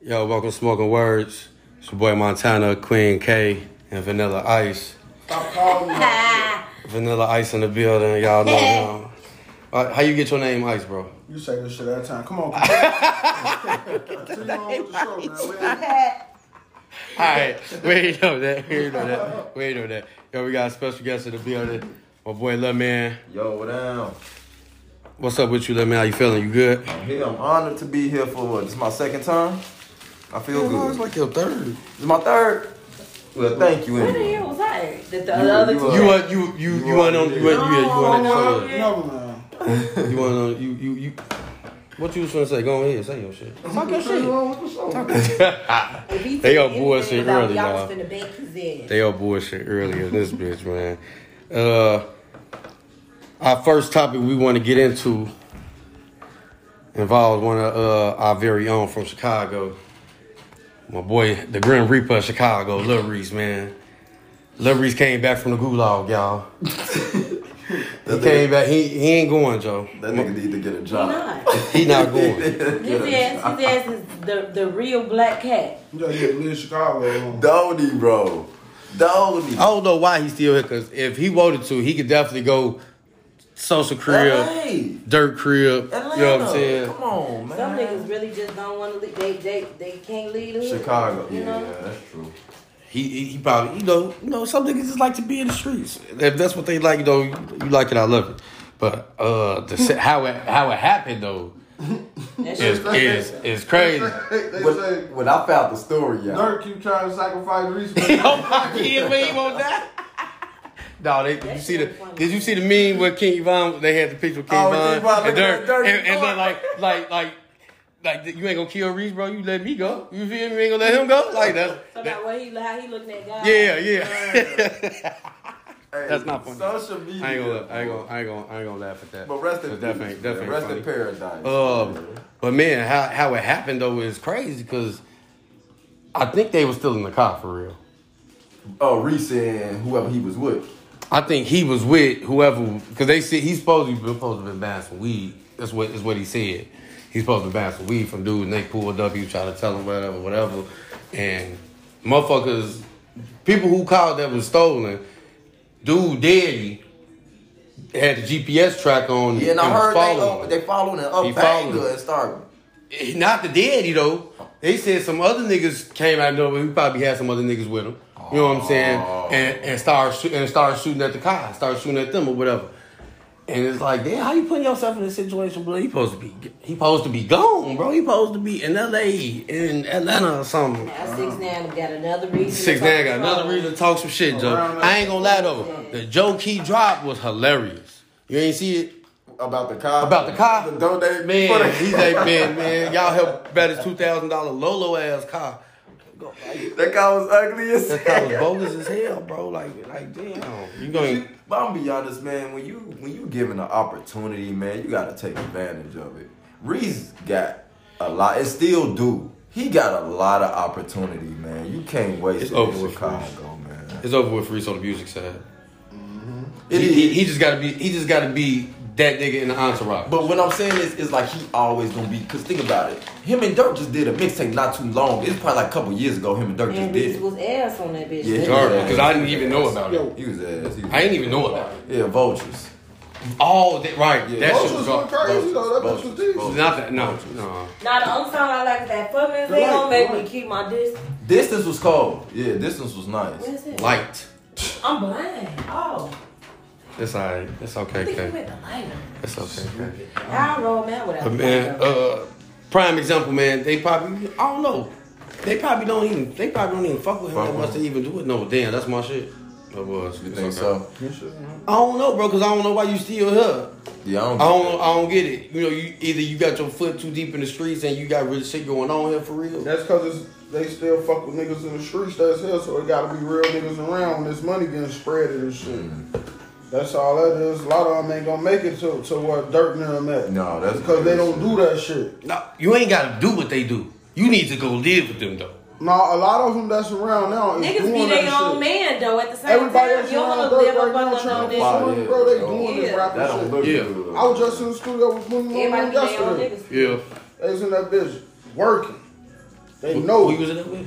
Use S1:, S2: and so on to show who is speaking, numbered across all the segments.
S1: Yo, welcome to Smoking Words. It's your boy Montana, Queen K, and Vanilla Ice.
S2: Stop calling me.
S1: Vanilla Ice in the building, y'all know him. Uh, how you get your name Ice, bro?
S2: You say this shit every time. Come on. Come on. Continue on with the show, man. We ain't-
S1: All right, we already know that. We already know that. We already know that. Yo, we got a special guest in the building. My boy, Lil Man.
S3: Yo, what down?
S1: What's up with you, Lil Man? How you feeling? You good?
S3: I'm here. I'm honored to be here for what? This is my second time. I feel good.
S1: like your third.
S3: This is my third. Well, thank you.
S4: What the
S3: Anyway.
S4: hell was I? The, the
S3: You-
S4: other
S3: you
S4: two.
S3: are-
S1: You went, you, you, you,
S3: You
S1: went on, you went, yeah, you went
S2: Oh,
S1: on,
S4: yeah.
S2: Never mind.
S1: that- you went on, you, you, you. What you was gonna say? Go ahead, say your shit.
S4: Fuck your
S2: Continue
S4: shit.
S2: on with the show.
S4: If he
S1: They
S4: said
S1: are
S4: anything
S1: bullshit
S4: about
S1: early,
S4: me, I
S1: y'all.
S4: was finna bake his ass.
S1: They all bullshit earlier. This bitch, man. Uh, our first topic we want to get into involves one of uh, our very own from Chicago. My boy, the Grim Reaper of Chicago, Lil Reese, man. Lil Reese came back from the gulag, y'all. he came back. He, he ain't going, Joe.
S3: That nigga need to get a
S4: He
S3: job.
S4: not.
S1: He not going.
S4: His ass, his ass is the, the real black cat.
S2: You gotta get to leave Chicago.
S3: Doty, bro. Doty.
S1: I don't know why he's still here. Cause if he wanted to, he could definitely go social crib,
S3: Hey,
S1: dirt crib.
S3: Atlanta.
S1: You know what I'm saying?
S3: Come on, man.
S4: Some niggas really just don't want to leave. They, they, they can't leave the hood,
S3: Chicago.
S4: You
S3: Yeah,
S4: know?
S3: that's true.
S1: He, he, he probably, you know, you know, some niggas just like to be in the streets. If that's what they like, you know, you, you like it, I love it. But uh, the se- how it how it happened though
S4: That
S1: is
S4: shit.
S1: is is crazy.
S2: They, they say,
S3: When, when I found the story, y'all.
S2: Dirk keep trying to sacrifice Reese.
S1: oh my kid, we ain't gonna die. No, they, did you see the did you see the meme where King Von they had the picture of King
S3: Oh,
S1: Von
S3: King Von,
S1: and
S3: look at
S1: Dirk
S3: that dirty
S1: and, and
S3: boy.
S1: then like like like like you ain't gonna kill Reese, bro. You let me go. You feel me? You ain't gonna let him go. Like that's that,
S4: So about what he, how he looking at God.
S1: yeah yeah.
S3: Hey,
S1: That's not funny.
S3: Social media.
S1: I ain't gonna, I ain't gonna, I ain't gonna, I ain't gonna laugh at that.
S3: But rest in
S1: But
S3: peace.
S1: that ain't- that
S3: man.
S1: ain't
S3: Rest
S1: funny.
S3: in paradise.
S1: Um, but man, how how it happened though is crazy because I think they were still in the car for real.
S3: oh, Reese and whoever he was with.
S1: I think he was with whoever because they said he's supposed to be supposed to been buying some weed. That's what is what he said. He's supposed to be buying some weed from dude, and they pulled up. He was trying to tell him whatever, whatever, and motherfuckers, people who called that was stolen, dude, daddy had the GPS track on.
S3: Yeah, and I
S1: was
S3: heard they,
S1: following
S3: up,
S1: him.
S3: they following it
S1: He
S3: up
S1: following
S3: Banger
S1: him.
S3: and started.
S1: Eh, Not the daddy though. They said some other niggas came out of nowhere. We probably had some other niggas with him. You know what I'm saying?
S3: Oh.
S1: And and start shoo- and start shooting at the car, start shooting at them or whatever. And it's like, damn, how you putting yourself in this situation, bro? He supposed to be he supposed to be gone, bro. He supposed to be in L.A. in Atlanta or something.
S4: Now, six nine got another reason. to
S1: Uh-huh. Six
S4: talk
S1: nine got
S4: to
S1: another
S4: her.
S1: reason to talk some shit, Joe.
S2: Around
S1: I ain't gonna lie though. The Joe Key drop was hilarious. You ain't see it?
S3: About the car.
S1: About the car?
S3: The donate. for
S1: Man,
S3: the-
S1: he's like, man, man, y'all help buy this two thousand dollar Lolo ass car.
S3: That guy was ugly as
S1: That car was bogus as hell, bro. Like, like, damn, you going?
S3: But I'm gonna be honest, man. When you when you given an opportunity, man, you gotta take advantage of it. Reese got a lot, and still do. He got a lot of opportunity, man. You can't waste
S1: It's
S3: it
S1: over
S3: in
S1: with,
S3: Chicago, man.
S1: It's over with for on the music side.
S3: It
S1: he,
S3: is.
S1: he, he just gotta be. He just gotta be that nigga in the entourage.
S3: But what I'm saying is, is like he always gonna be. Cause think about it, him and Dirk just did a mixtape not too long. It's probably like a couple years ago. Him and Dirk just
S4: And
S3: did
S4: Reese
S3: it.
S4: was ass on that bitch.
S3: Yeah, he
S1: Sorry,
S3: was ass.
S1: because I didn't even know about it.
S2: Yo,
S3: He was ass. He was
S1: I didn't even know about it.
S3: Yeah, vultures.
S1: All that, right?
S3: Yeah.
S1: That
S2: Those
S1: shit was
S2: was
S1: all.
S2: going crazy, though. That bitch
S3: Both.
S2: was decent.
S3: Both.
S1: Not that. No, no.
S4: Now, the only song I like is that fuck man. They
S3: Right,
S4: don't make
S3: right.
S4: me keep my distance.
S3: Distance was cold. Yeah, distance was nice.
S4: What is it?
S1: Light.
S4: I'm blind. Oh.
S1: It's alright. It's okay,
S4: I think you
S1: okay.
S4: went the lighter.
S1: It's okay, okay.
S4: I don't know, man. Without
S1: But man, uh, prime example, man. They probably, I don't know. They probably don't even. They probably don't even fuck with him that
S3: Fuck
S1: much to
S3: with
S1: even do it. No, damn, that's my shit. That was.
S3: You
S1: It's
S3: think
S1: okay.
S3: so?
S1: I don't know, bro, because I don't know why you still here.
S3: Yeah, I
S1: I
S3: don't.
S1: don't. I don't get it. You know, you either you got your foot too deep in the streets and you got real shit going on here for real.
S2: That's because they still fuck with niggas in the streets. That's hell. So it gotta be real niggas around when this money getting spread and shit. That's all that is. A lot of them ain't gonna make it to, to where Dirk and them at.
S3: No, that's
S2: because they don't
S3: bullshit.
S2: do that shit.
S1: No, you ain't got to do what they do. You need to go live with them though.
S2: No, a lot of them that's around now is
S4: niggas be
S2: doing
S4: their
S2: that
S4: own
S2: shit.
S4: man though. At the same
S2: Everybody
S4: time,
S2: that's
S4: you don't
S2: around
S4: want to live
S2: Dirk
S4: up
S2: right
S4: under
S2: now
S4: no
S2: trying to
S3: Wow,
S4: nigga.
S2: fuck
S3: yeah,
S2: with bro. They
S3: yeah.
S2: doing this
S4: Yeah.
S3: That
S2: rapping
S3: don't
S2: shit.
S3: look
S1: Yeah.
S3: good.
S2: I was just in the studio with Moon
S4: Everybody
S2: Moon
S4: be their own
S2: yesterday.
S4: niggas.
S1: Yeah.
S2: They was in that bitch working. They know
S1: Who you was in that with?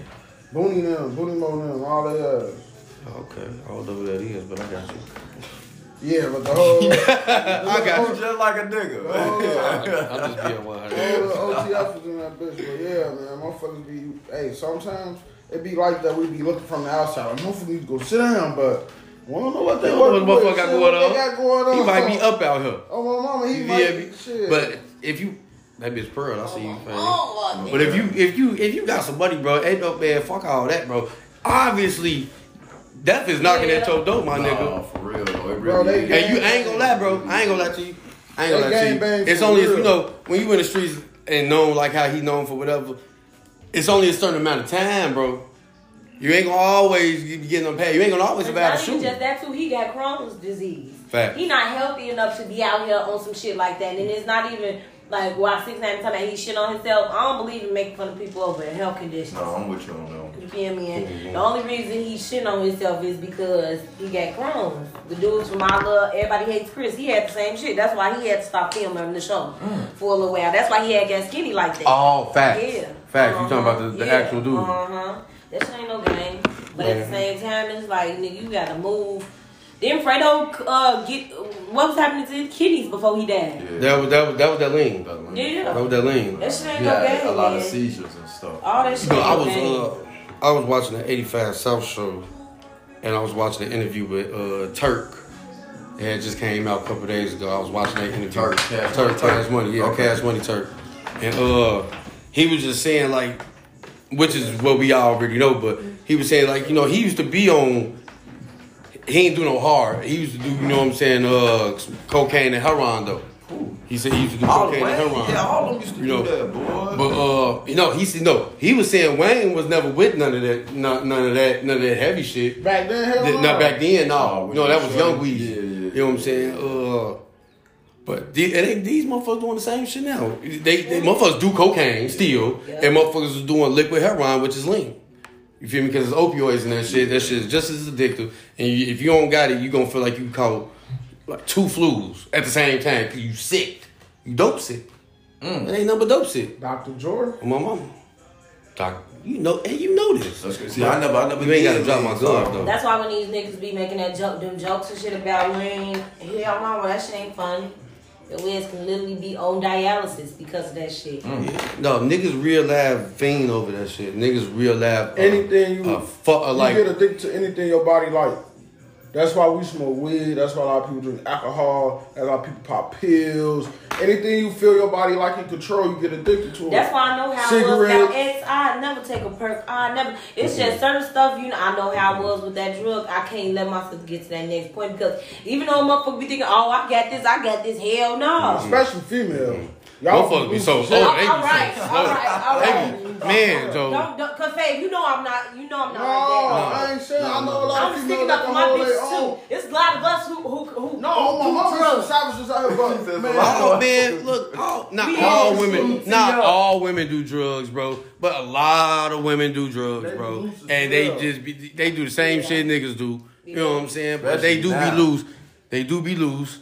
S2: Booney them, Booney Mo them, all they uh
S1: Okay, I don't know who that is, but I got you.
S2: Yeah, but the whole
S1: I got
S3: You just like a nigga,
S2: Oh.
S3: man.
S1: I'll just be at 100.
S2: All the OTF is in that bitch, but yeah, man, motherfuckers be. Hey, sometimes it be like that. We be looking from the outside. Like, motherfuckers need to go sit down, but we don't know what they
S1: What the
S2: working with,
S1: motherfucker got
S2: shit,
S1: going
S2: what
S1: on?
S2: They got going on.
S1: He might be
S2: So-
S1: up out here.
S2: Oh, my mama, he
S1: You
S2: might.
S1: get me?
S2: Shit.
S1: But if you that bitch pearl, I see you.
S4: Oh,
S1: man. But if you if you if you got some money, bro, ain't no man. Fuck all that, bro. Obviously, death is knocking at your door, my
S3: Nah,
S1: nigga.
S3: for real though. It
S2: Bro, they-
S3: really is.
S1: And you I ain't gonna lie, bro. I ain't gonna lie to you. I ain't gonna lie
S2: That
S1: to
S2: gangbang
S1: you. It's
S2: for
S1: only if
S2: real.
S1: you know when you in the streets and known like how he known for whatever. It's only a certain amount of time, bro. You ain't gonna always be getting them paid. You ain't gonna always
S4: It's
S1: about
S4: not
S1: to
S4: even
S1: shoot.
S4: just that too. He got Crohn's disease.
S1: Fact.
S4: He not healthy enough to be out here on some shit like that. And it's not even like why six nine talking about he shit on himself. I don't believe in making fun of people over their health conditions.
S3: No, I'm with you on that. one.
S4: You feel me? And
S1: Mm-hmm.
S4: the only reason he shitting on himself is because he got Crohn's. The dudes from my love, everybody hates Chris. He had the same shit. That's why he had to stop filming the show for a little while. That's why he had got skinny like that.
S1: Mm. All facts.
S4: Yeah.
S1: Facts. You talking about the, the actual dude.
S4: Uh huh. That shit ain't no game. But at the
S1: Yeah.
S4: same time, it's like nigga, you gotta move. Then Fredo uh, get what was happening to his kidneys before he died.
S3: Yeah.
S1: That was that was that was that lean. That
S3: That
S4: Yeah.
S1: was that lean.
S4: That shit ain't
S3: Yeah,
S4: no
S3: a
S4: game.
S3: lot of
S4: man.
S3: seizures and stuff.
S4: All that shit.
S1: You know, I was
S4: ain't no game.
S1: uh, I was watching the '85 South Show, and I was watching an interview with uh, Turk. Yeah, it just came out a couple days ago. I was watching that interview.
S3: Turk, Cash
S1: Turk,
S3: Money.
S1: Cash Money, yeah,
S3: Okay.
S1: Cash Money Turk, and uh, he was just saying like, which is what we already know, but he was saying like, you know, he used to be on. He ain't do no hard. He used to do, you know what I'm saying, uh, cocaine and heroin though. He said he used to do
S3: All
S1: cocaine
S3: Wayne,
S1: and heroin.
S3: yeah, all of them used to
S1: You know,
S3: do that, boy.
S1: But uh, you know, he said no. He was saying Wayne was never with none of that, none, none of that, none of that heavy shit.
S2: back then, hell
S1: That-
S2: no.
S1: not back then,
S3: Oh,
S1: no.
S3: when
S1: No,
S3: he
S1: that
S3: was
S1: was young
S3: young.
S1: weed.
S3: Yeah, yeah,
S1: you know what I'm saying? Uh, but the, and they, these motherfuckers doing the same shit now. They, they motherfuckers do cocaine still,
S4: Yeah.
S1: and motherfuckers is doing liquid heroin, which is lean. You feel me? Because it's opioids and that shit. That shit is just as addictive. And you, if you don't got it, you gonna feel like you caught like two flus at the same time. Cause you sick. You dope sick.
S3: Mm.
S1: It ain't nothing but dope sick.
S2: Dr. Jordan.
S1: My mama. Doc, you know, and you know this.
S3: That's good. See, I never, I never.
S1: You ain't gotta
S3: did
S1: drop my
S3: these,
S1: glove,
S3: so-
S1: though.
S4: That's why when these niggas be making that joke, them jokes and shit about Wayne, hell no, that shit ain't funny. The Wiz can literally be on dialysis because of that shit.
S1: Mm. No, niggas real live fiend over that shit. Niggas real live.
S2: Anything you-
S1: uh, fu- uh,
S2: You
S1: like.
S2: get addicted to anything your body like. That's why we smoke weed. That's why a lot of people drink alcohol. That's why people pop pills. Anything you feel your body like and control, you get addicted to it.
S4: That's why I know how it was
S2: Cigarettes.
S4: without X. I never take a perk. I never. It's just certain stuff. You know, I know
S1: Mm-hmm.
S4: how it was with that drug. I can't let myself get to that next point because even though a motherfucker be thinking, "Oh, I got this, I got this," hell no.
S2: Especially female.
S1: Y'all fuck me so old. Mm-hmm. Oh, They be so
S4: All right, all right, all right.
S1: slow. They be- Man, Joe.
S4: Don't, don't, cause Faye, you know I'm not. You know I'm
S2: No,
S4: not. like that.
S2: Oh, I ain't saying. I know a lot
S4: I'm
S2: of females
S4: just thinking
S2: that
S4: up
S2: can
S4: for my
S2: hold their own.
S4: bitches
S1: oh.
S4: too. It's a lot of us who who who.
S2: No, oh, my
S4: who
S2: mama
S4: drugs.
S2: is some savages out here,
S3: She
S2: but
S3: says,
S2: man,
S3: "Wow."
S1: Oh man, look, all, not
S4: We
S1: all
S4: ain't
S1: women,
S4: seen
S1: not
S4: y'all.
S1: all women do drugs, bro. But a lot of women do drugs,
S2: They
S1: bro,
S2: loose as
S1: and they
S2: hell.
S1: just be, they do the same shit niggas do. You know what I'm saying? But
S3: Especially
S1: they do
S3: now.
S1: be loose. They do be loose.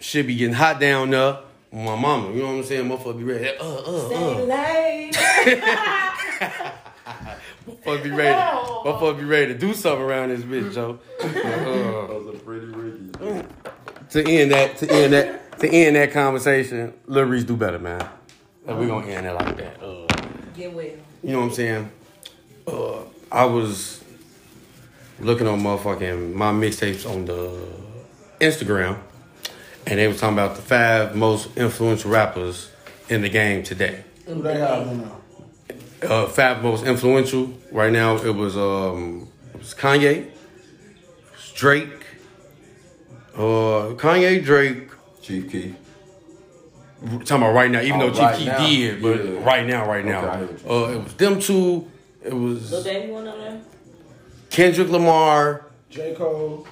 S1: Shit be getting hot down there. My mama, you know what I'm saying? Motherfucker be ready. Uh, uh, uh.
S4: Stay late.
S1: Motherfucker be ready. Motherfucker be ready to do something around this bitch, Joe.
S3: That was a pretty Ricky.
S1: to end that, to end that, to end that conversation, Lil Reese do better, man. Like, we gonna end it like that. Uh,
S4: Get well.
S1: you know what I'm saying? Uh, I was looking on motherfucking my mixtapes on the Instagram, and they was talking about the five most influential rappers in the game today.
S2: who they have in now?
S1: Uh, five most influential right now. It was um, it was Kanye, it was Drake, uh, Kanye, Drake.
S3: Chief Key.
S1: talking about right now, even
S3: Oh,
S1: though Chief
S3: right
S1: Keef
S3: now.
S1: did, but
S3: Yeah.
S1: right now, right now,
S3: Okay, I hear what
S1: uh, it was them two. It
S4: Lil
S1: was
S4: Baby one on there.
S1: Kendrick Lamar.
S2: J. Cole.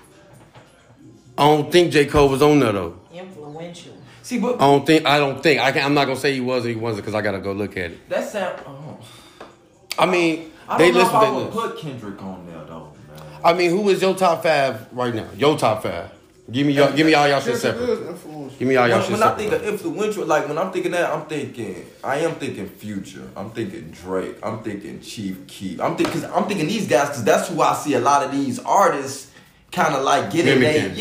S1: I don't think J Cole was on there though.
S4: Influential.
S3: See,
S1: I
S3: but
S1: don't think. I don't think. I can, I'm not gonna say he was or he wasn't because I gotta go look at it.
S3: that sound. Oh.
S1: I mean,
S3: I
S1: they
S3: don't know
S1: list
S3: if
S1: what
S3: I
S1: they
S3: would
S1: list.
S3: put Kendrick on there though, man.
S1: I mean, who is your top five right now? Your top five Give me y'all. Give me all y'all shit
S2: Kendrick
S1: separate.
S2: is influential.
S1: Give me all y'all
S3: When,
S1: shit
S3: when I think of
S1: separate.
S3: influential, like when I'm thinking that, I'm thinking I am thinking Future. I'm thinking Drake. I'm thinking Chief Keef. I'm thinking I'm thinking these guys because that's who I see a lot of these artists kind of like getting they
S1: Mimicking.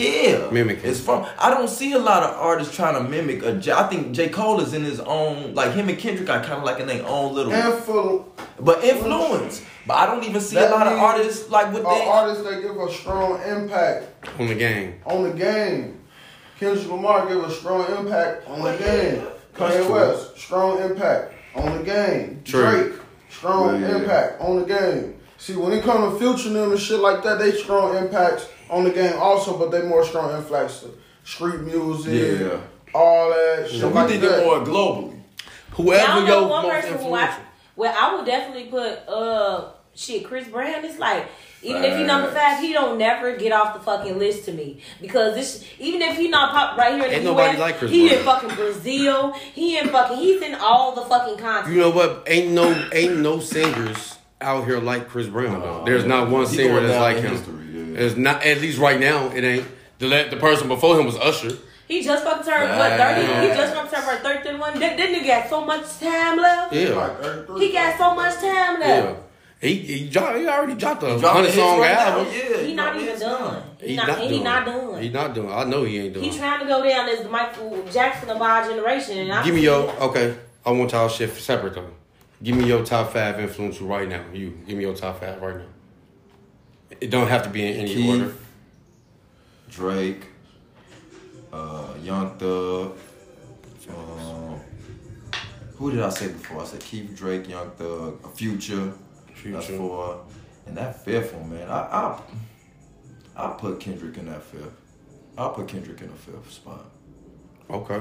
S3: yeah
S1: Mimicking.
S3: It's from I don't see a lot of artists trying to mimic a J. I think J Cole is in his own like him and Kendrick are kind of like in their own little
S2: Influ-
S3: but influence. But I don't even see
S2: That
S3: a lot of
S2: means
S3: artists like with
S2: are
S3: they
S2: uh, artists that give a strong impact
S1: On the game.
S2: on the game. Kendrick Lamar gave a strong impact on the game.
S3: That's
S2: Kanye
S3: true.
S2: West, strong impact on the game.
S1: True.
S2: Drake, strong
S3: Yeah, yeah.
S2: impact on the game. See, when it comes to Future and them and shit like that, they strong impacts on the game also, but they more strong impacts to street music,
S3: Yeah.
S2: all that shit
S3: So we
S2: like
S3: think
S2: that.
S3: it more globally.
S4: Y'all
S1: Whoever
S4: know
S1: your
S4: one
S1: most
S4: person who I
S1: influential.
S4: well, I would definitely put uh shit, Chris Brown is like even if he number
S3: Facts.
S4: five, he don't never get off the fucking list to me because this. Even if he not pop right here in
S1: Ain't
S4: the
S1: nobody
S4: US,
S1: like Chris
S4: he
S1: Brown.
S4: in fucking Brazil. He in fucking. He's in all the fucking
S1: You
S4: continents.
S1: know what? Ain't no ain't no singers out here like Chris Brown though. There's not one
S3: He
S1: singer
S3: going
S1: that's
S3: down
S1: like
S3: in
S1: him.
S3: history, yeah.
S1: There's not at least right now. It ain't. The la- the person before him was Usher.
S4: He just fucking turned what thirty. He just fucking turned what thirty one. That that nigga got so much time left.
S1: Yeah,
S2: Like 33.
S4: He got so much time
S1: yeah.
S4: left.
S1: He he, dro- he already dropped a
S3: Dropping
S1: hundred
S3: hits
S1: song
S3: right now,
S1: album.
S3: yeah,
S4: Oh, He
S3: you
S4: not
S3: know,
S4: even
S3: it's
S4: done. He not. and He not done.
S1: He not doing. I know he ain't doing.
S4: He trying to go down as the Michael Jackson of our generation, and I
S1: Give me your okay. I want y'all shit separate though. Give me your top five influential right now. You give me your top five right now. It don't have to be in any
S3: Keith.
S1: order.
S3: Drake, uh, Young Thug. um, who did I say before? I said Keith Drake, Young Thug, Future. That's
S1: Future.
S3: four. And that fifth one, man, I I I put Kendrick in that fifth. I'll put Kendrick in the fifth spot.
S1: Okay.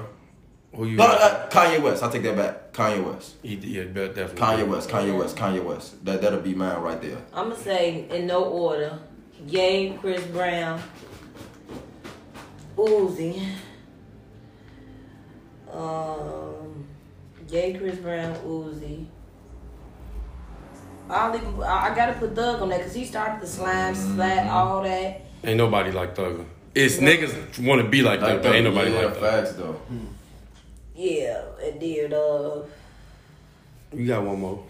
S1: Who you?
S3: No, uh, no, no, Kanye West. I take that back. Kanye West.
S1: He, yeah, be- definitely.
S3: Kanye West. Kanye West. Kanye West. That that'll be mine right there.
S4: I'm gonna say in no order: Game, Chris Brown, Uzi, um, Game, Chris Brown, Uzi. I'll even, I I gotta put Thug on that because he started the slime, slat, all that.
S1: Ain't nobody like Thugger. It's niggas want to be like that, but ain't nobody
S3: yeah,
S1: like that.
S3: facts though.
S4: Yeah, and then uh,
S1: You got one more.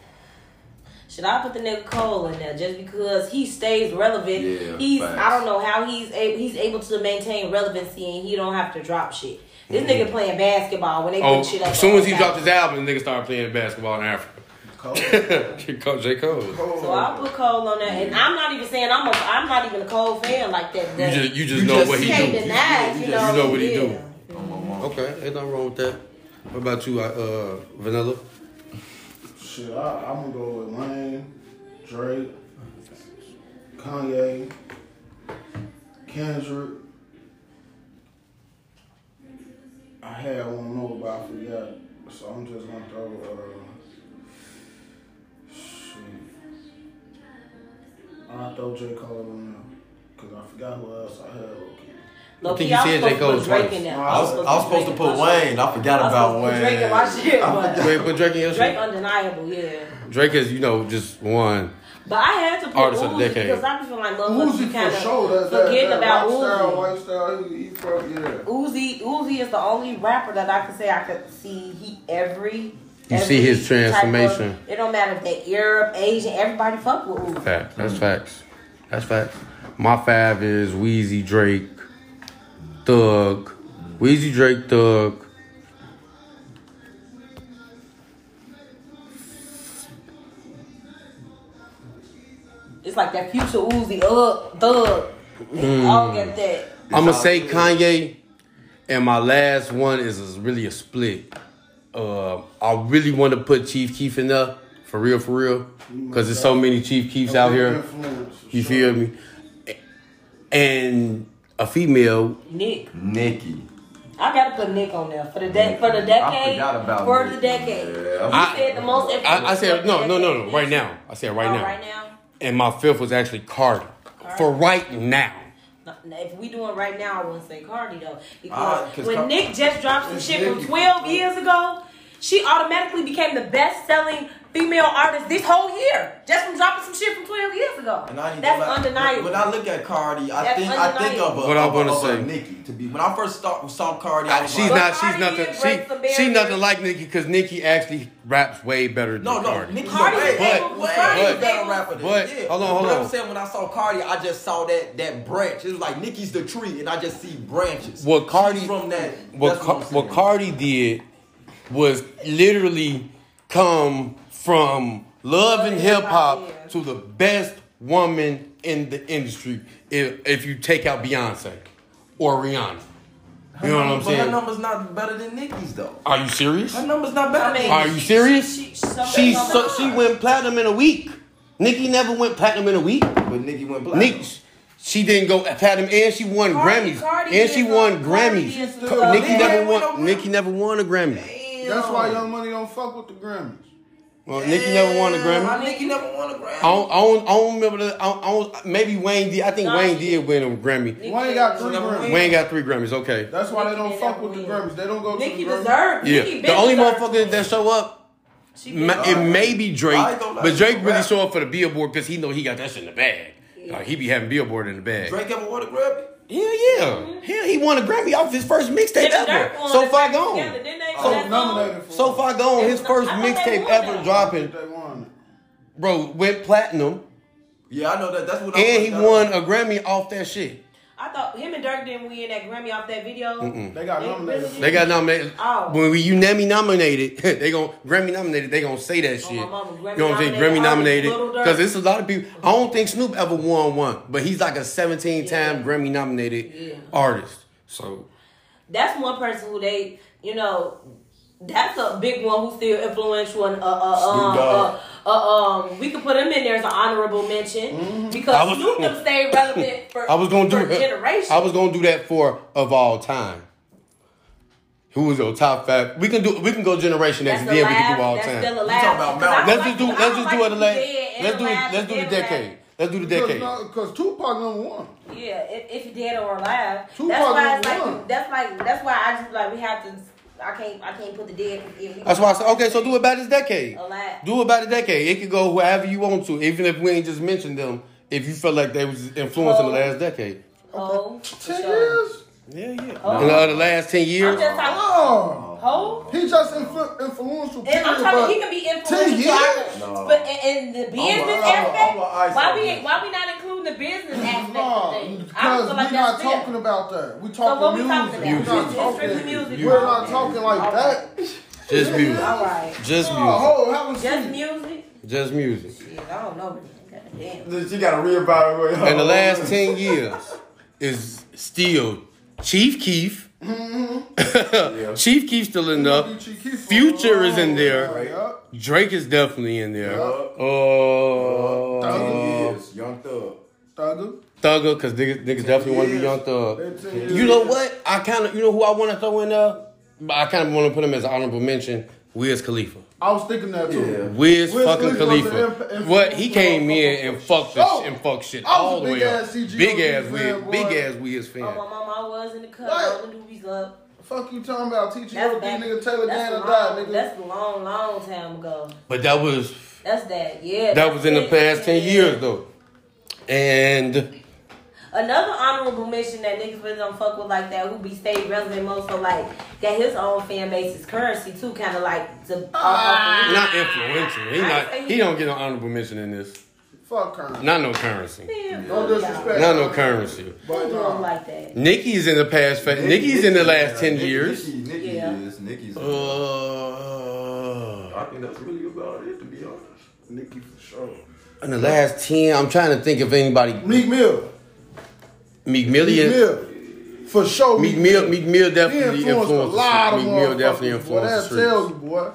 S4: should I put the nigga Cole in there just because he stays relevant?
S3: Yeah,
S4: he's I
S3: facts.
S4: don't know how he's able he's able to maintain relevancy and he don't have to drop shit. This
S3: Mm-hmm.
S4: nigga playing basketball when they
S1: Oh,
S4: put shit up.
S1: as soon
S4: on
S1: as he
S4: Snapchat.
S1: dropped his album, the nigga started playing basketball in Africa.
S2: Cole.
S1: Coach J Cole.
S2: Cole.
S4: So I'll put Cole on that, and I'm not even saying I'm a I'm not even a Cole fan like that.
S1: You
S4: that-
S1: just you just
S3: You
S1: know
S3: just
S1: what
S4: you
S1: he
S4: can't
S1: do.
S4: deny,
S3: you
S4: you,
S3: just-
S4: know,
S1: you know what he do.
S4: yeah.
S1: Okay, ain't nothing wrong with that. What about you, uh, Vanilla?
S2: Shit, I, I'm gonna go with Lane, Drake, Kanye, Kendrick. I had one more, but I forgot. So I'm just gonna throw. Uh, shit. I'll throw J. Cole in there. Because I forgot who else I had.
S4: Low-key,
S1: I think you
S4: was
S1: said
S4: supposed
S1: J.
S4: to
S1: Cole
S4: put Drake
S1: twice.
S4: in there.
S2: No,
S3: I was, I was supposed to put Wayne. I forgot
S4: I was supposed to put
S3: about
S4: Drake in
S3: Wayne.
S4: my shit,
S3: I
S4: but-
S3: forgot-
S1: Wait, put Drake in your
S4: Drake
S1: shit?
S4: undeniable, yeah.
S1: Drake is, you know, just one.
S4: But I had to put
S1: Artist of the
S4: Uzi
S1: decade.
S4: because I be feeling like love must be
S2: Uzi
S4: kind
S2: for sure. That, that,
S4: forgetting
S2: that
S4: about
S2: lifestyle,
S4: Uzi.
S2: lifestyle. He, he from, yeah.
S4: Uzi Uzi is the only rapper that I can say I could see he every.
S1: You
S4: every
S1: see his
S4: type of-
S1: transformation.
S4: it don't matter if they're Arab, Asian, everybody fuck with Uzi.
S1: Fact. That's facts. That's facts. My five is Wheezy, Drake, Thug, Wheezy, Drake, Thug.
S4: It's like that future Uzi up thug.
S1: Hmm.
S4: They all get that.
S1: I'm gonna say Kanye, and my last one is, is really a split. Uh, I really want to put Chief Keef in there for real, for real, because there's so many Chief Keefs out here.
S2: Influence, for
S1: You
S2: sure.
S1: feel me? And a female,
S4: Nick.
S3: Nicki.
S4: I gotta put Nick on there for the de- for the
S3: I
S4: decade.
S3: forgot about
S4: for
S3: Nick.
S4: the decade.
S3: Yeah,
S4: you
S1: I-
S4: said the most.
S1: I, I said no, no, no, no.
S4: influential
S1: Right now, I said right
S4: Oh,
S1: now.
S4: Right now.
S1: And my fifth was actually Carter. For right now.
S4: No, no, If we doing right now, I wouldn't say Cardi though,
S3: Ah,
S4: because
S3: 'cause
S4: when
S3: Car-
S4: Nick just dropped some shit from
S2: Nicki.
S4: twelve years ago, she automatically became the best selling female artists this whole year just from dropping some shit from 12 years ago.
S3: And I ain't
S4: That's
S3: gonna lie,
S4: undeniable.
S3: When I look at Cardi, I
S4: That's
S3: think I think
S4: undeniable.
S3: of a,
S1: What I
S3: of a-
S1: wanna
S3: of a
S1: say.
S3: Nicki. To be when I first saw, saw Cardi, I was
S1: She's
S3: like,
S1: not. She's
S4: Cardi
S1: nothing.
S4: did break some
S1: She she nothing
S4: barriers.
S1: like Nicki because Nicki actually raps way better than
S3: No, no,
S1: Cardi.
S3: Nicki's
S4: Cardi
S3: a
S4: was
S3: way,
S1: able-
S3: way
S1: Cardi was
S3: better
S4: able-
S3: rapper than
S1: But,
S3: yeah.
S1: hold on, hold
S3: But I'm
S1: on.
S3: saying when I saw Cardi, I just saw that that branch. It was like Nicki's the tree, and I just see branches.
S1: What Cardi-
S3: She's from that?
S1: what,
S3: that's
S1: Car-
S3: I'm saying.
S1: what Cardi did was literally come from love and hip
S4: Yeah.
S1: hop to the best woman in the industry if, if you take out Beyonce or Rihanna. You know what I'm
S3: But Her
S1: saying?
S3: number's not better than Nicki's though.
S1: Are you serious?
S3: Her number's not better.
S4: I mean,
S3: than
S1: Are you serious?
S4: She, she, some-
S1: She
S4: some-
S1: so, she went platinum in a week. Nicki never went platinum in a week.
S3: But Nicki went black.
S1: Nicki, she didn't go platinum, and she won
S4: Cardi-
S1: Grammys,
S4: Cardi
S1: and she
S4: is a-
S1: won
S4: Cardi
S1: Grammys.
S4: is a-
S1: Ca- Nicki
S3: Nicki
S1: never
S3: ain't win no
S1: won.
S3: Grammy.
S1: Nicki never won a Grammy.
S2: That's why Young Money don't fuck with the Grammys.
S1: Well, Nicki never won a Grammy.
S3: Why Nicki never won a Grammy.
S1: I don't, I don't, I don't remember the. I don't, I don't- maybe Wayne did. I think
S4: Nah,
S1: Wayne
S4: she-
S1: did win a Grammy.
S2: Wayne got three
S3: Number
S2: Grammys.
S3: one.
S1: Wayne got three Grammys. Okay.
S2: That's why they don't
S4: Nicki
S2: fuck
S4: never
S2: with the
S4: win.
S2: Grammys. They don't go
S4: Nicki
S2: to the Grammys.
S4: deserved.
S1: Yeah.
S4: Nicki
S1: The only
S4: deserved
S1: motherfucker that show up,
S4: She did.
S1: ma- it may be
S3: I
S1: Drake,
S3: ain't gonna lie,
S1: but Drake
S3: she
S1: really
S3: rap.
S1: show up for the Billboard because he know he got that shit in the bag. Like he be having Billboard in the bag.
S3: Drake ever won a Grammy?
S1: Hell yeah. Hell, he won a Grammy off his first mixtape
S4: Did the
S1: ever.
S4: Dirt one
S1: So
S4: and
S1: far
S4: Mm-hmm. Drake together,
S1: gone.
S4: didn't they, for
S3: Oh,
S4: that song?
S2: Nominated for
S1: So far gone. His
S4: I
S1: first
S4: thought they
S1: mixtape
S4: won
S1: ever
S4: that.
S1: dropping,
S2: They won it.
S1: bro, went platinum,
S3: Yeah, I know that. That's what. I
S1: and he
S3: that-
S1: won a Grammy off that shit.
S4: I thought him and Dirk didn't win that Grammy off that video.
S2: They got nominated.
S4: really
S2: for
S4: did.
S2: it.
S1: They got nominated.
S4: Oh.
S1: When we you Grammy nominated, they gon' Grammy nominated. They gonna say that shit.
S4: Oh, my mama, Grammy
S1: you know what I'm saying?
S4: nominated
S1: Grammy
S4: artist,
S1: nominated
S4: Lil Durk.
S1: because it's a lot of people. I don't think Snoop ever won one, but he's like a 17 time Grammy nominated
S4: Yeah.
S1: artist. So
S4: That's one person who they, you know, that's a big one who's still influential and uh uh
S3: Snoop
S4: um,
S3: Dogg.
S4: uh, uh, um we could put him in there as an honorable mention
S1: I
S2: Mm-hmm.
S4: because
S1: was-
S4: Snoop them stayed relevant for
S1: I was gonna do
S4: for generations.
S1: I was gonna do that for of all time. Who was your top five? We can do. We can go generation
S4: that's
S1: X. Then we can
S4: alive,
S1: do all
S4: that's
S1: time.
S4: Still alive.
S3: talking about
S4: Because I
S3: Mount.
S4: don't
S1: Let's just
S4: like
S1: do.
S4: you- I
S1: Let's
S4: don't
S1: just do
S4: like
S1: it.
S4: you
S1: la-
S4: dead and
S1: Let's do.
S4: alive,
S1: Let's do the
S4: dead alive.
S1: decade. Let's do the
S2: Because
S1: decade.
S2: no- Because Tupac number one.
S4: Yeah, if, if you're dead or alive.
S2: Tupac
S4: that's why it's
S2: was
S4: like
S2: one.
S4: that's like that's why I just like we have to. I can't I can't put the dead. in-
S1: That's why I said, okay, so do about this decade.
S4: Alive.
S1: Do about a decade. It could go wherever you want to, even if we ain't just mentioned them. If you felt like they was influencing the
S4: Oh.
S1: last decade,
S4: Ho, for
S2: Ten
S4: sure.
S2: years.
S1: yeah, yeah,
S4: Oh.
S1: In the, the last ten
S4: I'm
S1: years,
S4: just talking.
S2: Oh,
S4: Ho.
S2: he just influ- influential.
S4: And I'm
S2: period,
S4: talking,
S2: but-
S4: he can be
S2: Ten
S4: influential.
S2: years?
S3: No.
S4: But in, in the business
S3: I'm a- I'm a-
S4: aspect,
S3: I'm a ice
S4: why
S3: on
S4: we
S3: this.
S4: why we not including the business aspect of
S2: No,
S4: things? I don't
S2: because we're
S4: feel
S2: not
S4: like that's fair.
S2: talking about that. We
S4: So what
S2: talking
S4: we
S2: music. We're
S4: talking about?
S2: not
S4: Just strictly music.
S2: talking. We're not talking like that.
S1: just music,
S4: All right,
S1: just music,
S2: Oh, haven't
S4: just
S2: seen.
S4: music.
S1: just music.
S4: Shit, I don't know. God damn.
S3: She gotta reevaluate. her
S1: And the
S3: whole
S1: last
S3: life.
S1: ten years is still Chief Keef. Chief Keef stiil in there. Future is in there.
S2: uh, Yup.
S1: Drake is definitely in there.
S3: Yup.
S1: Oh,
S3: Thug is Young Thug.
S2: Thugger.
S1: Thugger, because niggas, niggas definitely want to be
S2: years.
S1: Young Thug.
S2: Ten years.
S1: You know what? I kind of, you know who I want to throw in there? But I kind of want to put him as an honorable mention. Wiz Khalifa.
S2: I was thinking that too.
S1: Wiz,
S2: Wiz
S1: fucking
S2: Khalifa was
S1: Khalifa.
S2: an inf-
S1: what he came
S2: influencer.
S1: in and fucked this
S2: Oh,
S1: and fucked shit
S2: I was
S1: all
S2: a
S1: the way
S2: big
S1: up.
S2: ass CGO
S1: big ass Wiz,
S2: fan, boy. Uh-huh.
S1: big ass Wiz fan.
S4: Oh, my mama, I was in the cut.
S2: What?
S4: All the newbies up.
S2: Fuck you talking about? Teach you
S4: That's
S2: everything,
S4: back.
S2: nigga. Taylor
S4: that's,
S2: Dana
S4: long,
S2: died, nigga.
S4: that's a long, long time ago.
S1: But that was
S4: That's that. Yeah.
S1: that was in the
S4: it.
S1: past ten years though, and
S4: Another honorable mention that niggas really don't fuck with like that, who be stayed relevant most, so like that his own fan base is currency too, kind of like uh, to.
S2: Ah.
S4: off
S1: not influential. He not he don't get an honorable mention in this.
S2: Fuck her.
S1: Not no currency.
S4: of him.
S2: No disrespect.
S1: Not no currency.
S4: Who
S2: But
S4: do him
S2: no.
S4: like that?
S1: Nikki's in the past. Fa- Nikki's in the last ten
S3: Nicki-
S1: years.
S3: Nicki, Nicki
S4: Yeah.
S3: is. Nicki's.
S1: Uh,
S3: I think that's really about it, to be honest.
S2: Nicki for sure.
S1: in the last ten, I'm trying to think of anybody.
S2: Meek Mill.
S1: Meek Mill,
S2: Meek
S1: yeah.
S2: Mill. For sure.
S1: Meek Mill, Meek Mill definitely
S2: He influenced a
S1: influences.
S2: lot of
S1: Meek Mill
S2: motherfuckers,
S1: definitely
S2: Boy, that
S1: influences.
S2: tells
S1: streets.
S2: you, boy.
S1: Would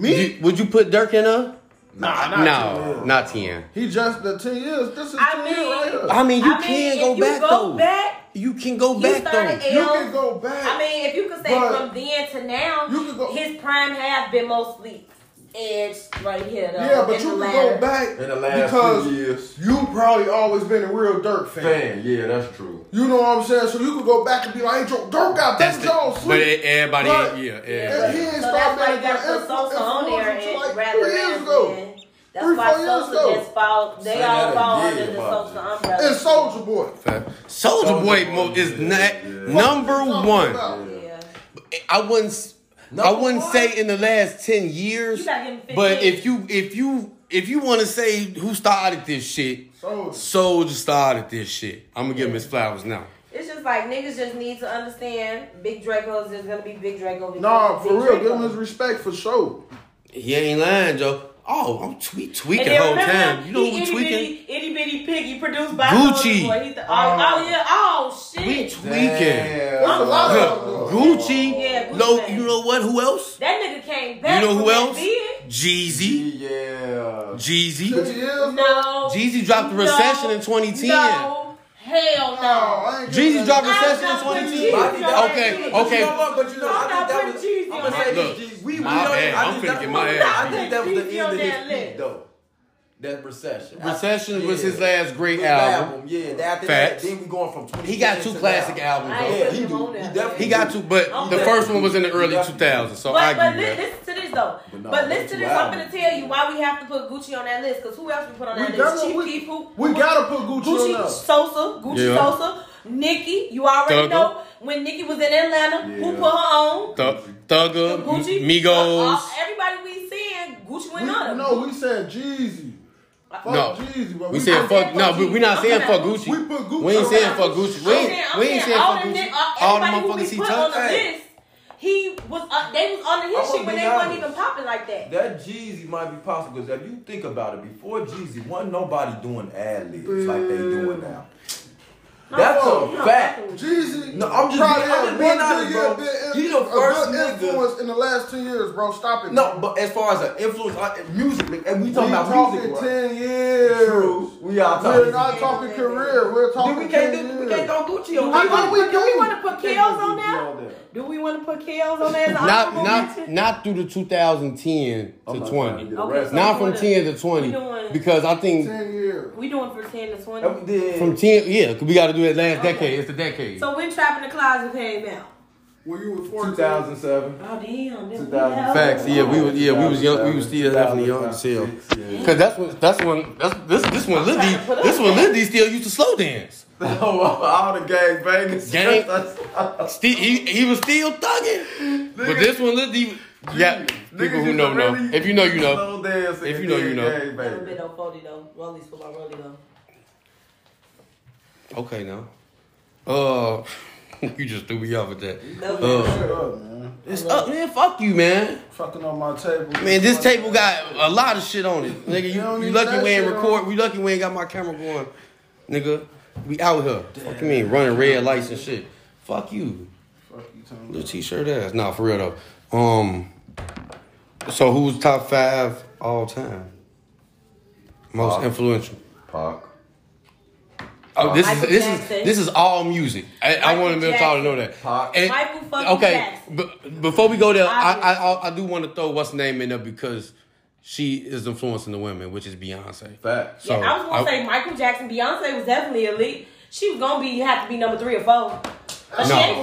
S2: Meek.
S1: you, would you put Dirk in a?
S2: Nah, not
S1: No,
S2: you.
S1: not ten.
S2: He just the ten years. This is
S4: I
S2: ten
S4: mean-
S2: years right here.
S1: I mean, you
S4: I mean,
S1: can
S4: if
S1: go
S4: you
S1: back
S4: go
S1: though.
S4: back,
S1: you can go
S4: you
S1: back
S4: started
S1: though.
S4: at-
S2: you can go back.
S4: I mean, if you could say
S2: But-
S4: from then to now,
S2: You could go-
S4: his prime has been mostly edged right here though.
S2: Yeah, but
S4: in
S2: you
S4: the
S2: can
S4: ladder.
S2: go back
S3: In the last
S2: because
S3: few years.
S2: you probably always been a real Dirk fan.
S3: Fan, yeah, that's true.
S2: You know what I'm saying? So you could go back and be like, hey, Joe, Dirk got
S1: That's
S2: better
S1: the-
S2: Jones
S1: but
S2: sleep.
S1: e- everybody,
S2: But-
S1: yeah,
S2: And he
S1: everybody.
S2: ain't
S4: So that's
S2: stopped
S4: why you
S2: that
S4: gotta put Sosa on there and
S2: like
S4: rather
S2: three years ago.
S4: than that's
S2: Three,
S4: why
S2: four years
S4: Sosa
S2: ago.
S4: just fall. They
S3: Say
S4: all
S3: that
S4: fall
S3: again,
S4: under the
S3: Bob.
S4: Sosa umbrella.
S2: And Soldier Boy.
S1: Soldier
S3: Soulja
S1: Boy
S3: Boy,
S1: mo- is
S3: yeah,
S1: not
S3: yeah.
S1: number
S2: What you
S1: one.
S2: talking about?
S4: Yeah.
S1: I wouldn't. s- I
S3: Number
S1: wouldn't
S3: one?
S1: say in the last ten years.
S4: You gotta give him 15.
S1: But if you if you if you want to say who started this shit,
S2: Soldier.
S1: Soldier started this shit. I'm gonna give him his flowers now.
S4: It's just like niggas just need to understand Big Draco is just gonna be Big Draco. because
S2: Nah,
S4: Big
S2: for real, give
S4: Draco.
S2: him his respect for sure.
S1: He ain't lying, Joe. Oh, I'm tweet tweaking
S4: And then
S1: whole
S4: remember
S1: time. You know
S4: he
S1: who
S4: itty
S1: tweaking?
S4: bitty, itty bitty piggy produced by
S1: Gucci.
S4: Soulja Boy. He th- oh, oh yeah, oh shit.
S1: We tweaking.
S3: Damn.
S2: That's a lot of them. though.
S1: Gucci.
S4: Yeah, Gucci
S1: No,
S4: Mane.
S1: you know what? Who else?
S4: That nigga came
S1: You
S4: back.
S1: know who
S4: from that
S1: else?
S4: bid.
S1: Jeezy.
S3: Yeah.
S2: Six
S1: Jeezy.
S2: years?
S4: No.
S1: Jeezy dropped the
S4: No.
S1: recession in 2010.
S4: No. Hell
S2: No,
S4: no.
S2: Oh, I ain't
S1: Jeezy
S2: giving that-
S1: dropped recession in
S4: I'm not putting
S1: 2010.
S4: Jeezy on
S1: Okay,
S4: that.
S3: But
S1: okay.
S3: You know what? But you know,
S4: I'm
S3: I
S4: not
S3: think that
S4: putting
S3: was,
S4: cheese
S3: I'm
S4: on
S3: gonna say
S1: that.
S3: this. We, we
S1: My
S3: know,
S1: bad.
S3: I
S1: I'm
S3: think
S1: finna
S3: that-
S1: get my ass
S3: I think that was the
S4: beat.
S3: end
S4: Cheese on
S3: of his
S4: that
S3: peak,
S4: list.
S3: though. That recession.
S1: Recession was his
S3: Yeah.
S1: last great
S3: Good
S1: album.
S3: Yeah, that- after
S1: Facts.
S3: that, then we going from 20
S1: He got two classic albums,
S4: I ain't
S1: though.
S3: Yeah,
S4: put
S3: he
S4: him
S3: do.
S4: on
S3: He
S4: that.
S3: definitely
S1: He got two, but
S4: I'm
S1: the
S4: definitely-
S1: first one was in the early
S3: I'm definitely-
S1: 2000s, so I
S4: But, but
S1: agree
S4: li-
S1: with that.
S4: listen to this though. But,
S3: But
S4: listen to
S3: no, that's
S4: this.
S3: wild.
S4: I'm gonna tell you why we have to put Gucci on that list. Cause who else we put on
S2: We
S4: that list?
S2: gotta,
S4: Chief
S2: we,
S4: Keef, who-
S2: we
S4: who-
S2: gotta put Gucci,
S4: Gucci
S2: on there.
S4: Sosa, Gucci
S1: Yeah.
S4: Sosa, Nikki. You already
S1: Thugger.
S4: know when Nikki was in Atlanta, who
S3: Yeah.
S4: put her on?
S1: Th- Thugger,
S4: Gucci,
S1: Migos.
S4: Uh, everybody we seeing, Gucci
S2: We,
S4: went on him.
S2: no, we said Jeezy. Fuck
S1: No.
S2: Jeezy, but
S1: We said
S4: I'm
S1: fuck.
S4: saying
S1: No,
S4: fuck
S1: we, we not
S4: Gucci.
S1: saying
S4: I'm
S1: fuck
S4: saying
S1: Gucci.
S2: We put Gucci
S1: We ain't
S2: on
S1: saying
S2: that.
S1: fuck Gucci. We
S4: I'm
S1: ain't,
S4: saying- I'm
S1: we ain't
S4: saying
S1: saying
S4: all
S1: fuck
S4: the
S1: Gucci.
S4: ni- uh,
S1: All the
S4: everybody
S1: motherfuckers
S4: who
S1: he
S4: we put on the
S1: touched.
S3: Hey.
S4: list, he was uh, they was on
S3: I'm
S4: his
S3: gonna
S4: shit when
S3: be
S4: they wasn't
S3: honest.
S4: even popping like that.
S3: That Jeezy might be possible because if you think about it, before Jeezy, wasn't nobody doing ad libs like they doing now. That's
S4: No,
S3: a
S4: no,
S3: fact.
S4: fucking-
S2: Jeezy
S3: No, I'm just
S2: probably
S3: being- I'm
S2: had
S3: just being
S2: one
S3: honest,
S2: good
S3: bro.
S2: year, been
S3: He the
S2: a
S3: first
S2: good
S3: nigga-
S2: influence in the last ten years, bro. Stop it.
S3: No,
S2: bro.
S3: but as far as an influence, like, music, like, and we
S2: we
S3: talking about
S2: talking
S3: music, right?
S2: ten years.
S3: True. We are
S2: We're
S3: talking.
S2: not talking career. We're talking.
S3: Then we can't
S2: 10
S3: do, we
S2: years.
S3: can't throw Gucci on
S2: How-
S3: there.
S2: how
S4: Do
S2: we
S4: we, want
S2: doing?
S4: to put Kels
S3: Can't do
S4: on
S3: Gucci on
S4: there?
S3: there.
S4: Do we want to put Kels on there? As an
S1: Not
S4: honorable
S1: not
S4: mention?
S1: not through the 2010
S3: I'm
S1: to
S3: not
S1: 20.
S3: trying to
S4: Okay, so
S1: Not from
S4: Oh we
S1: 10 to 20
S4: we doing-
S1: because I think
S2: Ten years.
S4: We doing for ten to twenty.
S3: That we did.
S1: from 10 yeah 'cause we got to do that last
S4: Okay.
S1: decade. It's the decade.
S4: So when Trap in the Closet came out.
S2: When you was fourteen.
S3: 2007.
S4: Oh damn! then we
S3: 2000.
S4: out.
S1: Facts, yeah, we was yeah we was young we was still definitely young as hell.
S3: 2006, yeah.
S1: Cause that's when that's when that's this this one Lizzie
S4: trying to put up
S1: this one
S4: there.
S1: Lizzie still used to slow dance.
S3: Oh, All the gang bangers.
S1: Gang-
S3: Niggas
S1: Still, he, he was still thugging. But
S3: Nigga-
S1: this one, look, he, yeah, people who
S3: used
S1: know
S3: to
S1: know.
S3: really
S1: If you know, you know.
S3: slow dance
S1: If
S3: and
S1: you know, you
S3: did
S1: know.
S3: gang
S4: Never been
S3: bangers.
S4: on forty though. Rollies for my rollie though.
S1: Okay, now, uh, you just threw me off with that.
S4: That was-
S1: Uh,
S2: Shut up, man.
S1: it's up, man. Fuck you, man.
S2: Fucking on my table.
S1: Man, this table got a lot of shit on it, nigga.
S2: You don't
S1: You, you
S2: need
S1: lucky
S2: that
S1: we ain't
S2: shit on.
S1: record. We lucky we ain't got my camera going, nigga. We out here. Fuck you mean running red lights and shit. Fuck you.
S2: Fuck you, Tony.
S1: Little t-shirt ass. Nah, for real though. Um. So who's top five all time? Most
S3: Pac.
S1: influential.
S3: Pac.
S1: Oh, this is
S4: Michael
S1: this
S4: Jackson.
S1: is this is all music. I, I
S4: Michael
S1: want to be able to
S4: Jackson.
S1: know that.
S3: Pac.
S1: And-
S4: Michael fucking
S1: okay,
S4: Jackson.
S1: but before we go there, I I, I, I do want to throw what's her name in there because she is influencing the women, which is Beyonce.
S3: Facts.
S1: So
S4: yeah, I was gonna
S1: I-
S4: say Michael Jackson. Beyonce was definitely elite. She was gonna be have to be number three or four. But she
S1: No,
S4: ain't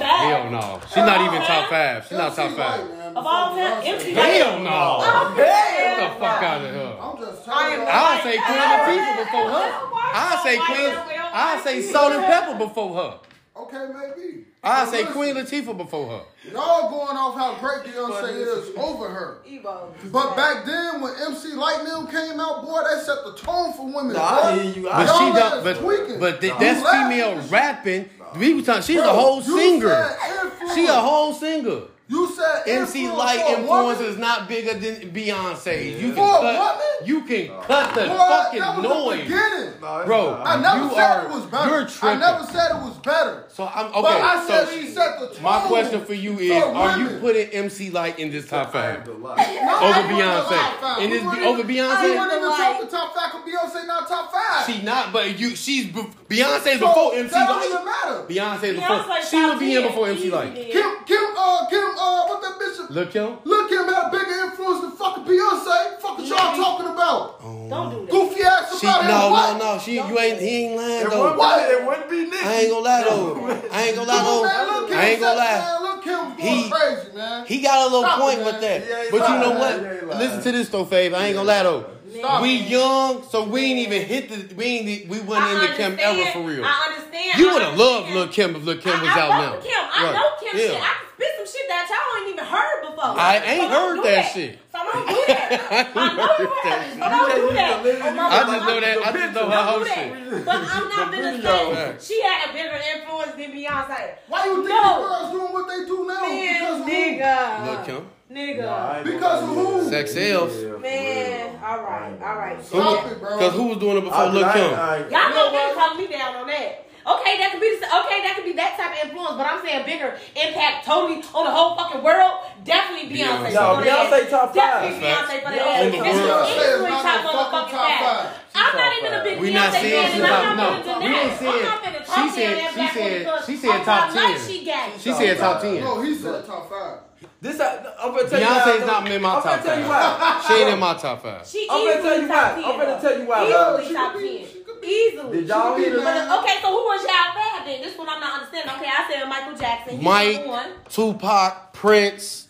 S1: hell
S4: bad.
S1: no. She's not even
S4: Oh,
S1: top
S4: man.
S1: five. She's not top
S2: MC Light,
S1: five.
S2: man,
S4: Of all
S2: before
S4: time,
S2: Beyonce.
S4: MC Light.
S1: Hell
S4: Oh,
S1: no. Get the
S4: Hell
S1: fuck
S4: no.
S1: out of here.
S2: I'm just
S4: I
S2: telling
S4: am
S2: you.
S4: not-
S1: I'll say Queen Latifah before her. I'll say Queen. I'll say Salt and Pepper before her.
S2: Okay, maybe.
S1: I'll
S2: But
S1: say
S2: listen,
S1: Queen Latifah before her.
S2: Y'all going off how great Beyonce is over her.
S4: Evo.
S2: But back then, when MC Lightning came out, boy, they set the tone for women.
S3: Nah, I
S2: boy.
S3: hear you. I-
S1: But
S2: Y'all
S1: she
S2: niggas
S1: done, but
S2: tweaking.
S1: but th-
S2: You
S1: that's
S2: laughing
S1: female
S2: and shit.
S1: rapping. We was talking. She's a
S2: Bro,
S1: whole
S2: you
S1: singer.
S2: said influence.
S1: She a whole singer.
S2: You said
S1: MC
S2: influence
S1: Light
S2: for a woman?
S1: influence is not bigger than Beyonce. You can
S2: For a
S1: cut.
S2: woman?
S1: You can cut the
S2: Boy, that
S1: fucking
S2: was The
S1: noise,
S2: beginning.
S1: bro.
S2: I never
S1: you
S2: said
S1: are,
S2: it was better.
S1: You're tripping.
S2: I never said it was better.
S1: so I'm okay.
S2: but I said
S1: so
S2: she set the tone.
S1: my question for you is:
S2: for
S1: Are you
S2: women.
S1: putting MC Light in this top five?
S2: No,
S1: over
S2: I wouldn't
S1: Beyonce.
S2: top five.
S1: And
S2: We
S1: it's
S2: wouldn't
S1: over
S2: even-
S1: Beyonce?
S2: We wouldn't even
S4: Like-
S2: talk the top five 'cause Beyonce not top five.
S1: She not, but you. She's be- Beyonce's
S2: So,
S1: before MC
S2: That don't even
S1: Light.
S2: matter.
S1: Beyonce's before.
S4: Beyonce
S1: She would
S4: top
S1: be in
S4: 10.
S1: before MC
S4: Easy
S1: Light.
S4: then.
S2: Kim, Kim, uh, Kim,
S5: uh, what that bitch?
S1: Look, Kim.
S5: Look him had bigger influence than fucking Beyonce. Fuck what y'all talking about?
S4: Don't do that.
S5: Goofy ass
S1: She,
S5: somebody.
S1: no,
S5: what?
S1: no, no. She, you ain't. He ain't lying
S3: wouldn't,
S1: though.
S3: be- it wouldn't be
S1: I
S3: Nick.
S1: ain't gonna lie though. I ain't gonna
S5: Man,
S1: lie
S5: look
S1: though.
S5: him,
S1: I ain't gonna lie.
S5: Man, look him going
S1: He-
S5: crazy, man.
S1: He got a little
S5: Stop it,
S1: point
S5: man.
S1: with that.
S3: He ain't
S1: But you
S3: lying.
S1: know
S3: He ain't
S1: what?
S3: lying.
S1: Listen to this though, Fave. I ain't gonna lie though.
S4: Stop
S1: We
S4: it.
S1: young, so we ain't even hit the we ain't we wasn't in the Kim ever for real.
S4: I understand.
S1: You
S4: I
S1: would have loved
S4: understand.
S1: Lil Kim if Lil Kim
S4: I-
S1: was
S4: I
S1: out
S4: fuck
S1: now.
S4: with Kim. I
S1: Right.
S4: know Kim
S1: yeah.
S4: shit. I can spit some shit that y'all ain't even heard before.
S1: I ain't
S4: So don't
S1: heard
S4: do
S1: that shit.
S4: So don't do that. I know you heard it. So don't do that. Oh, my
S1: I
S4: God.
S1: just know that. I just know her
S4: Don't
S1: whole
S4: do
S1: shit.
S4: that. But I'm not gonna say she had a bigger influence than Beyonce.
S5: Why you think
S4: No.
S5: these girls doing what they do now? because
S4: Man,
S5: of who?
S1: Lil
S4: nigga.
S1: Kim.
S4: Nigga.
S5: Because of who?
S1: Sex sells.
S4: Man, all right, all right.
S5: Stop
S4: Yeah.
S5: it, bro.
S1: Because who was doing it before Lil Kim?
S4: Y'all know they calling me down on that. Okay, that could be the, okay. That could be that type of influence, but I'm saying bigger impact totally on the whole fucking world. Definitely Beyonce.
S1: Beyonce.
S3: Yo,
S4: for that.
S3: Beyonce top
S4: Definitely
S1: five.
S4: Beyonce for
S3: Facts.
S4: that.
S1: On
S4: It's
S1: the
S4: easily
S1: world.
S4: top
S5: Beyonce is not
S4: motherfucking
S5: no fucking top
S4: five.
S5: five.
S4: I'm not
S3: top
S4: even a big
S1: We
S4: Beyonce
S1: not saying
S4: fan,
S1: she
S4: and I'm
S1: top.
S4: not
S1: No,
S4: gonna
S1: we didn't
S4: deny
S1: say
S4: it. I'm not gonna
S1: it.
S4: talk
S1: She
S4: to you on that
S1: said. She
S4: black woman
S1: said.
S4: because
S1: She said
S4: on
S1: top
S4: my life
S1: ten.
S4: She got it.
S1: She said top ten.
S5: No, he said top five.
S3: This, I, I'm gonna tell you why I
S1: Beyonce's
S3: know-
S1: not in my
S3: I'm
S1: top
S3: gonna tell you
S1: five.
S3: why.
S1: She ain't in my top five.
S4: She
S3: I'm gonna
S4: easily
S3: tell you
S4: top
S3: why.
S4: 10.
S3: I'm gonna tell you why, bro.
S4: Easily
S5: She
S4: top
S5: could be- she
S4: ten. Easily.
S3: Did y'all hear the last?
S4: uh, Okay, so who was y'all fab then? This one I'm not understanding. Okay, I said Michael Jackson. He's
S1: Mike,
S4: number one.
S1: Tupac, Prince,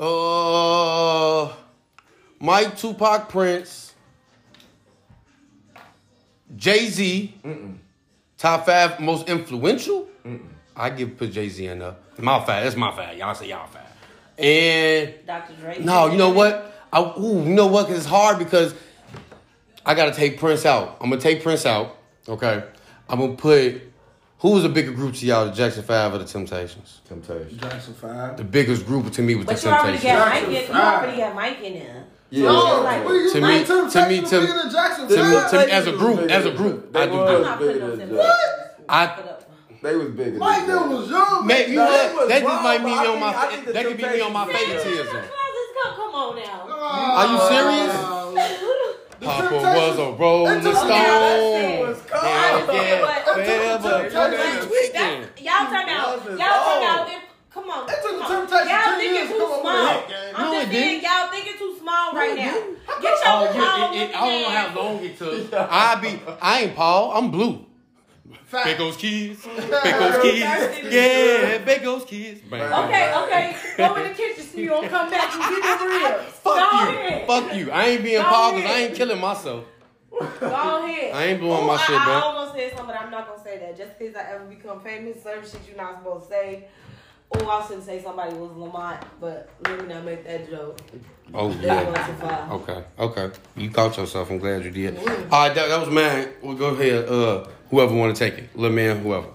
S1: uh, Mike, Tupac, Prince, Jay Z, top five most influential. I give put Jay Z in there. My five, that's my five. Y'all say y'all five. And
S4: Dr. Dre.
S1: no, you know what? I, ooh, you know what? 'Cause it's hard because I gotta take Prince out. I'm gonna take Prince out. Okay, I'm gonna put who was a bigger group to y'all, the Jackson Five or the Temptations?
S3: Temptation.
S2: Jackson five.
S1: The biggest group to me was
S4: But
S1: the
S4: you already
S1: Temptations.
S4: got Mike in. You already got Mike in there.
S3: Yeah.
S5: No,
S4: Like,
S5: we- you
S1: to
S5: like
S1: me- to me,
S5: Temptation
S1: to-
S5: being in Jackson
S1: to me-
S5: five?
S1: to me- as a group, as a group,
S3: They
S1: I do
S3: was
S1: believe-
S4: I'm not
S3: bigger
S4: putting those
S3: than
S4: in.
S3: Jack.
S1: I
S3: They was bigger. than
S5: Mike
S3: Jack.
S5: them was young.
S1: maybe that,
S3: No, that was
S1: that just
S3: wrong,
S1: might
S3: but
S1: be
S3: I
S1: on
S3: think- I
S1: my
S3: think the
S1: that could be me on my
S3: Temptations-
S1: favoritism.
S4: Come on now.
S1: Are you
S3: Uh,
S1: serious? Papa was a rolling
S5: Temptations-
S1: stone.
S4: Okay, that's it.
S1: Yeah,
S4: Okay,
S1: yeah,
S4: but-
S1: forever.
S5: Temptations- Temptations-
S1: Tweaking.
S4: That's- Y'all turn out. Y'all turn out. if- Come on.
S5: Oh. It took the
S4: come on.
S5: Temptations
S4: Y'all
S5: 10
S4: think
S5: years
S4: it's
S5: to
S4: too
S5: come
S4: small.
S5: up with that game.
S4: I'm
S1: No,
S4: just
S1: it
S4: saying,
S1: didn't.
S4: y'all think it's too small right now. Get your
S1: Oh,
S4: oh, small
S1: yeah, it, it, I don't know how
S4: looking ass.
S1: long it took. I be, I ain't Paul. I'm blue. Beggos kids, Beggos kids, yeah, Beggos kids. Bang.
S4: Okay, okay. Go in the kitchen so you don't come back and get it real.
S1: Fuck
S4: Go
S1: you,
S4: ahead.
S1: fuck you. I ain't being
S4: Go
S1: Paul because I
S4: ahead.
S1: ain't killing myself.
S4: Go ahead.
S1: I ain't blowing
S4: Ooh,
S1: my
S4: I,
S1: shit,
S4: I
S1: bro.
S4: almost said something, but I'm not gonna say that. Just because I ever become famous, certain shit you're not supposed to say. Oh, I shouldn't say somebody was Lamont, but let me not make that joke.
S1: Oh
S4: That
S1: yeah.
S4: was a five.
S1: Okay, okay. You caught yourself. I'm glad you did. All right, that, that was mine. Well, go ahead. Uh, whoever want to take it, little man, whoever.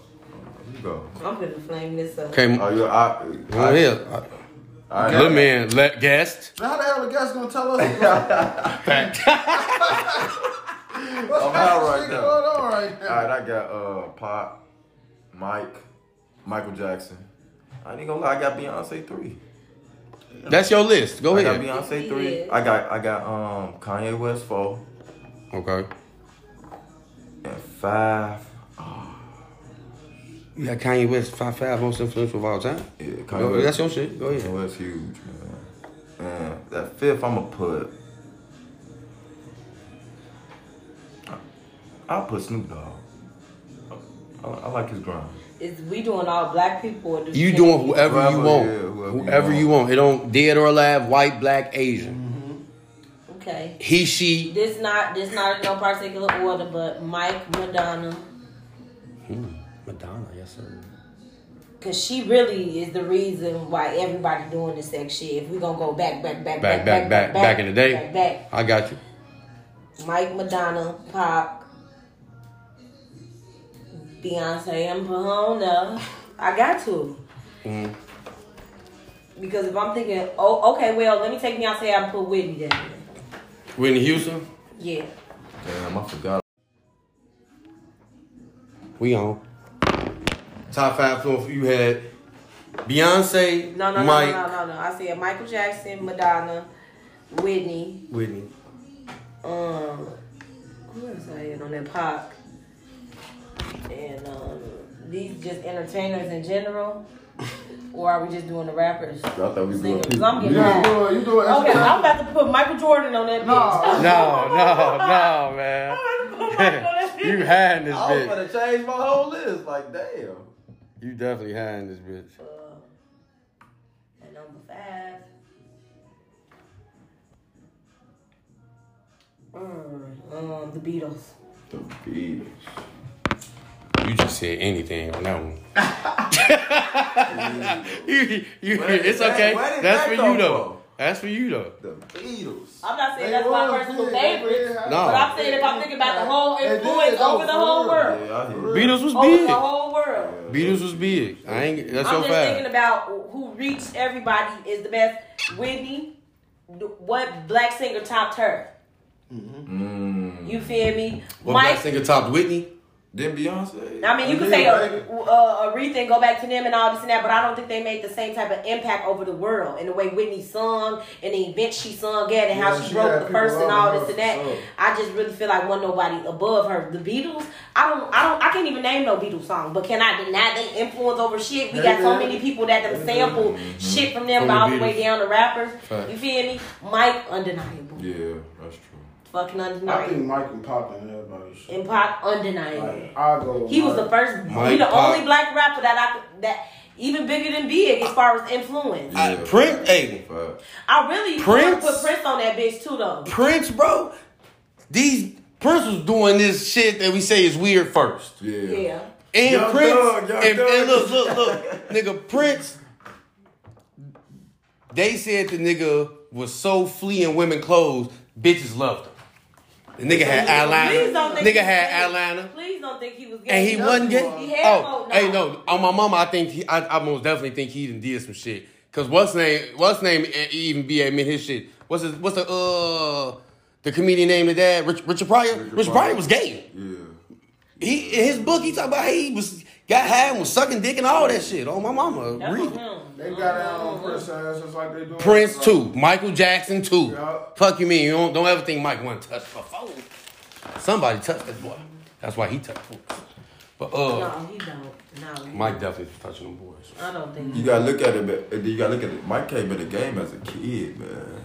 S3: You go.
S4: I'm gonna flame this up.
S1: Okay,
S3: Oh,
S1: go
S3: you I, I,
S1: ahead.
S3: I,
S1: Little man, let guest.
S5: How the hell the guest gonna tell us what's
S1: Fact.
S3: I'm out right
S5: going
S3: now.
S5: on right
S3: All
S5: now?
S3: right, I got uh Pop, Mike, Michael Jackson. I ain't gonna lie, I got Beyonce three.
S1: That's your list. Go
S3: I got
S1: ahead.
S3: Beyonce
S4: He
S3: three.
S4: is.
S3: I got I got um Kanye West four
S1: Okay.
S3: and five.
S1: You got Kanye West, five five most influential of all time.
S3: Yeah,
S1: Go- that's your shit. Go ahead.
S3: Kanye West huge, man. And that fifth, I'ma put. I'll put Snoop Dogg. I, I like his grind.
S4: Is we doing all black people? Or do
S1: You doing whoever you
S3: Whoever,
S1: want,
S3: yeah, whoever you
S1: whoever you want. It don't dead or alive, white, black,
S3: Mm.
S1: Asian.
S4: Okay.
S1: He, she.
S4: This not this not in no particular order, but Mike Madonna,
S1: Madonna, yes sir.
S4: cause she really is the reason why everybody doing the sex shit. If we gonna go back, back, back,
S1: Back, back, back, back in the day.
S4: back, back.
S1: I got you.
S4: Mike Madonna, Pop, Beyonce, and Bahona. I got to.
S1: Mm-hmm.
S4: Because if I'm thinking, oh, okay, well, let me take Beyonce out and put Whitney down. there.
S1: Whitney Houston.
S4: Yeah.
S3: Damn, I forgot.
S1: We on. Top five influence you had. Beyonce,
S4: No, no,
S1: Mike,
S4: no, no, no, no, no. I said Michael Jackson, Madonna, Whitney.
S1: Whitney.
S4: Um, who else I had on that Pop? And um, these just entertainers in general. Or are we just doing the rappers?
S3: I thought we doing
S4: Singers.
S3: people.
S4: I'm getting
S2: You
S4: mad.
S2: doing, you doing
S4: Okay, I'm
S2: Instagram?
S4: about to put Michael Jordan on that
S2: Nah.
S4: bitch.
S1: No, no, no, man.
S4: I'm about to put Michael on that
S1: you
S4: bitch.
S1: hiding this
S3: I was
S1: bitch.
S3: gonna change my whole list. Like, damn.
S1: You definitely hiding this bitch.
S4: Uh, and number five. Mm, uh, the Beatles.
S3: The Beatles.
S1: You just said anything on that one. you, you,
S3: Where did
S1: it's
S3: that-
S1: okay.
S3: where did
S1: That's for
S3: that come
S1: you though.
S3: from?
S1: That's for you though.
S3: The Beatles.
S4: I'm not saying
S2: They
S4: that's my
S2: was
S4: personal
S2: good.
S4: favorite,
S2: Yeah.
S1: No.
S4: but I'm saying if I'm thinking about the whole
S2: They did,
S4: influence
S2: though,
S4: over the
S2: for
S4: whole
S2: real.
S4: world,
S3: Yeah, I hear you.
S1: Beatles was
S4: over the
S1: big.
S4: whole world.
S1: Beatles was big. I ain't. That's
S4: Oh, I'm
S1: your
S4: just thinking
S1: fact.
S4: about who reached everybody is the best. Whitney, what black singer topped her?
S3: Mm.
S4: You feel me?
S1: Well,
S4: Mike.
S1: Mm-hmm. black singer topped Whitney.
S3: Then Beyonce.
S4: I mean, you could say a, uh, Aretha and go back to them and all this and that, but I don't think they made the same type of impact over the world in the way Whitney sung and the events she sung at and how
S2: Yeah,
S4: she,
S2: she had
S4: broke the
S2: people
S4: first
S2: all
S4: and all this
S2: over
S4: and that.
S2: her, so.
S4: I just really feel like wasn't nobody above her. The Beatles, I don't, I don't, I can't even name no Beatles song, but can I deny they influence over shit? We got so
S2: Amen.
S4: many people that them sample
S2: Mm-hmm.
S4: shit from them
S1: From the
S4: all the way
S1: Beatles.
S4: down to rappers.
S1: Fact.
S4: You feel me? Mike, undeniable,
S3: Yeah, that's true.
S4: fucking
S2: I think
S4: undeniable,
S2: Mike and Pop and everybody should.
S4: and Pop, undeniable.
S2: Like, I go. with
S4: He was
S2: Mike.
S4: the first. he
S1: Mike
S4: the
S1: Pop.
S4: only black rapper that I could that even bigger than Big as far as influence.
S1: I- Prince- hey.
S3: Fuck.
S4: I really
S1: Prince?
S4: wanna put Prince on that bitch too though.
S1: Prince, bro. These Prince was doing this shit that we say is weird first.
S3: Yeah.
S4: Yeah.
S1: And
S3: Young
S1: Prince,
S3: Thug, Young
S1: and, and
S3: Thug.
S1: look, look, look, nigga, Prince. They said the nigga was so fleeing women clothes, bitches loved him. The nigga had
S4: Please don't
S1: eyeliner.
S4: think he
S1: Nigga
S4: was
S1: had
S4: gay.
S1: eyeliner.
S4: Please don't think he was gay.
S1: And he
S4: No,
S1: wasn't gay.
S4: He had
S1: Oh,
S4: oh,
S1: hey, no. On my mama, I think he, I, I most definitely think he even did some shit. Cause what's name? What's name? e- Even be admit his shit. What's his, What's the uh the comedian name of that? Rich, Richard Pryor. Richard, Pryor.
S3: Pryor.
S1: was gay.
S3: Yeah.
S1: He in his book he talk about he was got high and was sucking dick and all that shit. Oh my mama,
S4: That's
S1: read
S4: on him.
S2: They got out on Prince ass just like they do.
S1: Prince
S2: Like,
S1: too, Michael Jackson too.
S2: Yeah.
S1: Fuck you mean you don't don't ever think Mike one touched before. Somebody touched that boy. That's why he touched boys. But uh,
S4: No, he don't. No.
S1: Mike definitely was touching them boys.
S4: I don't think.
S3: You gotta look at it. but- uh, You gotta look at it. Mike came in the game as a kid, man.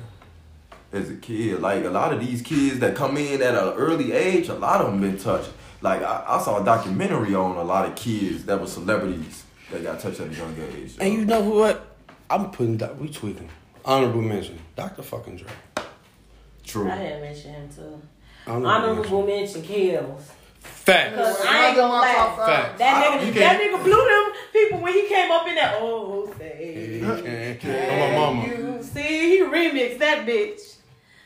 S3: As a kid, like a lot of these kids that come in at an early age, a lot of them been touched. Like I, I saw a documentary on a lot of kids that were celebrities that got touched at a young age.
S1: And you know what? I'm putting that. We tweaking. Honorable mention. Dr. fucking Dre.
S3: true.
S4: I had mentioned him too.
S1: Honorable
S4: Honorable mention Kills.
S1: Facts.
S4: Cause I ain't gonna lie.
S1: Facts.
S4: That
S1: I- you
S4: nigga, that
S1: can't-
S4: nigga blew them people when he came up in that. Oh, say.
S1: On my mama.
S4: You see, he remixed that bitch.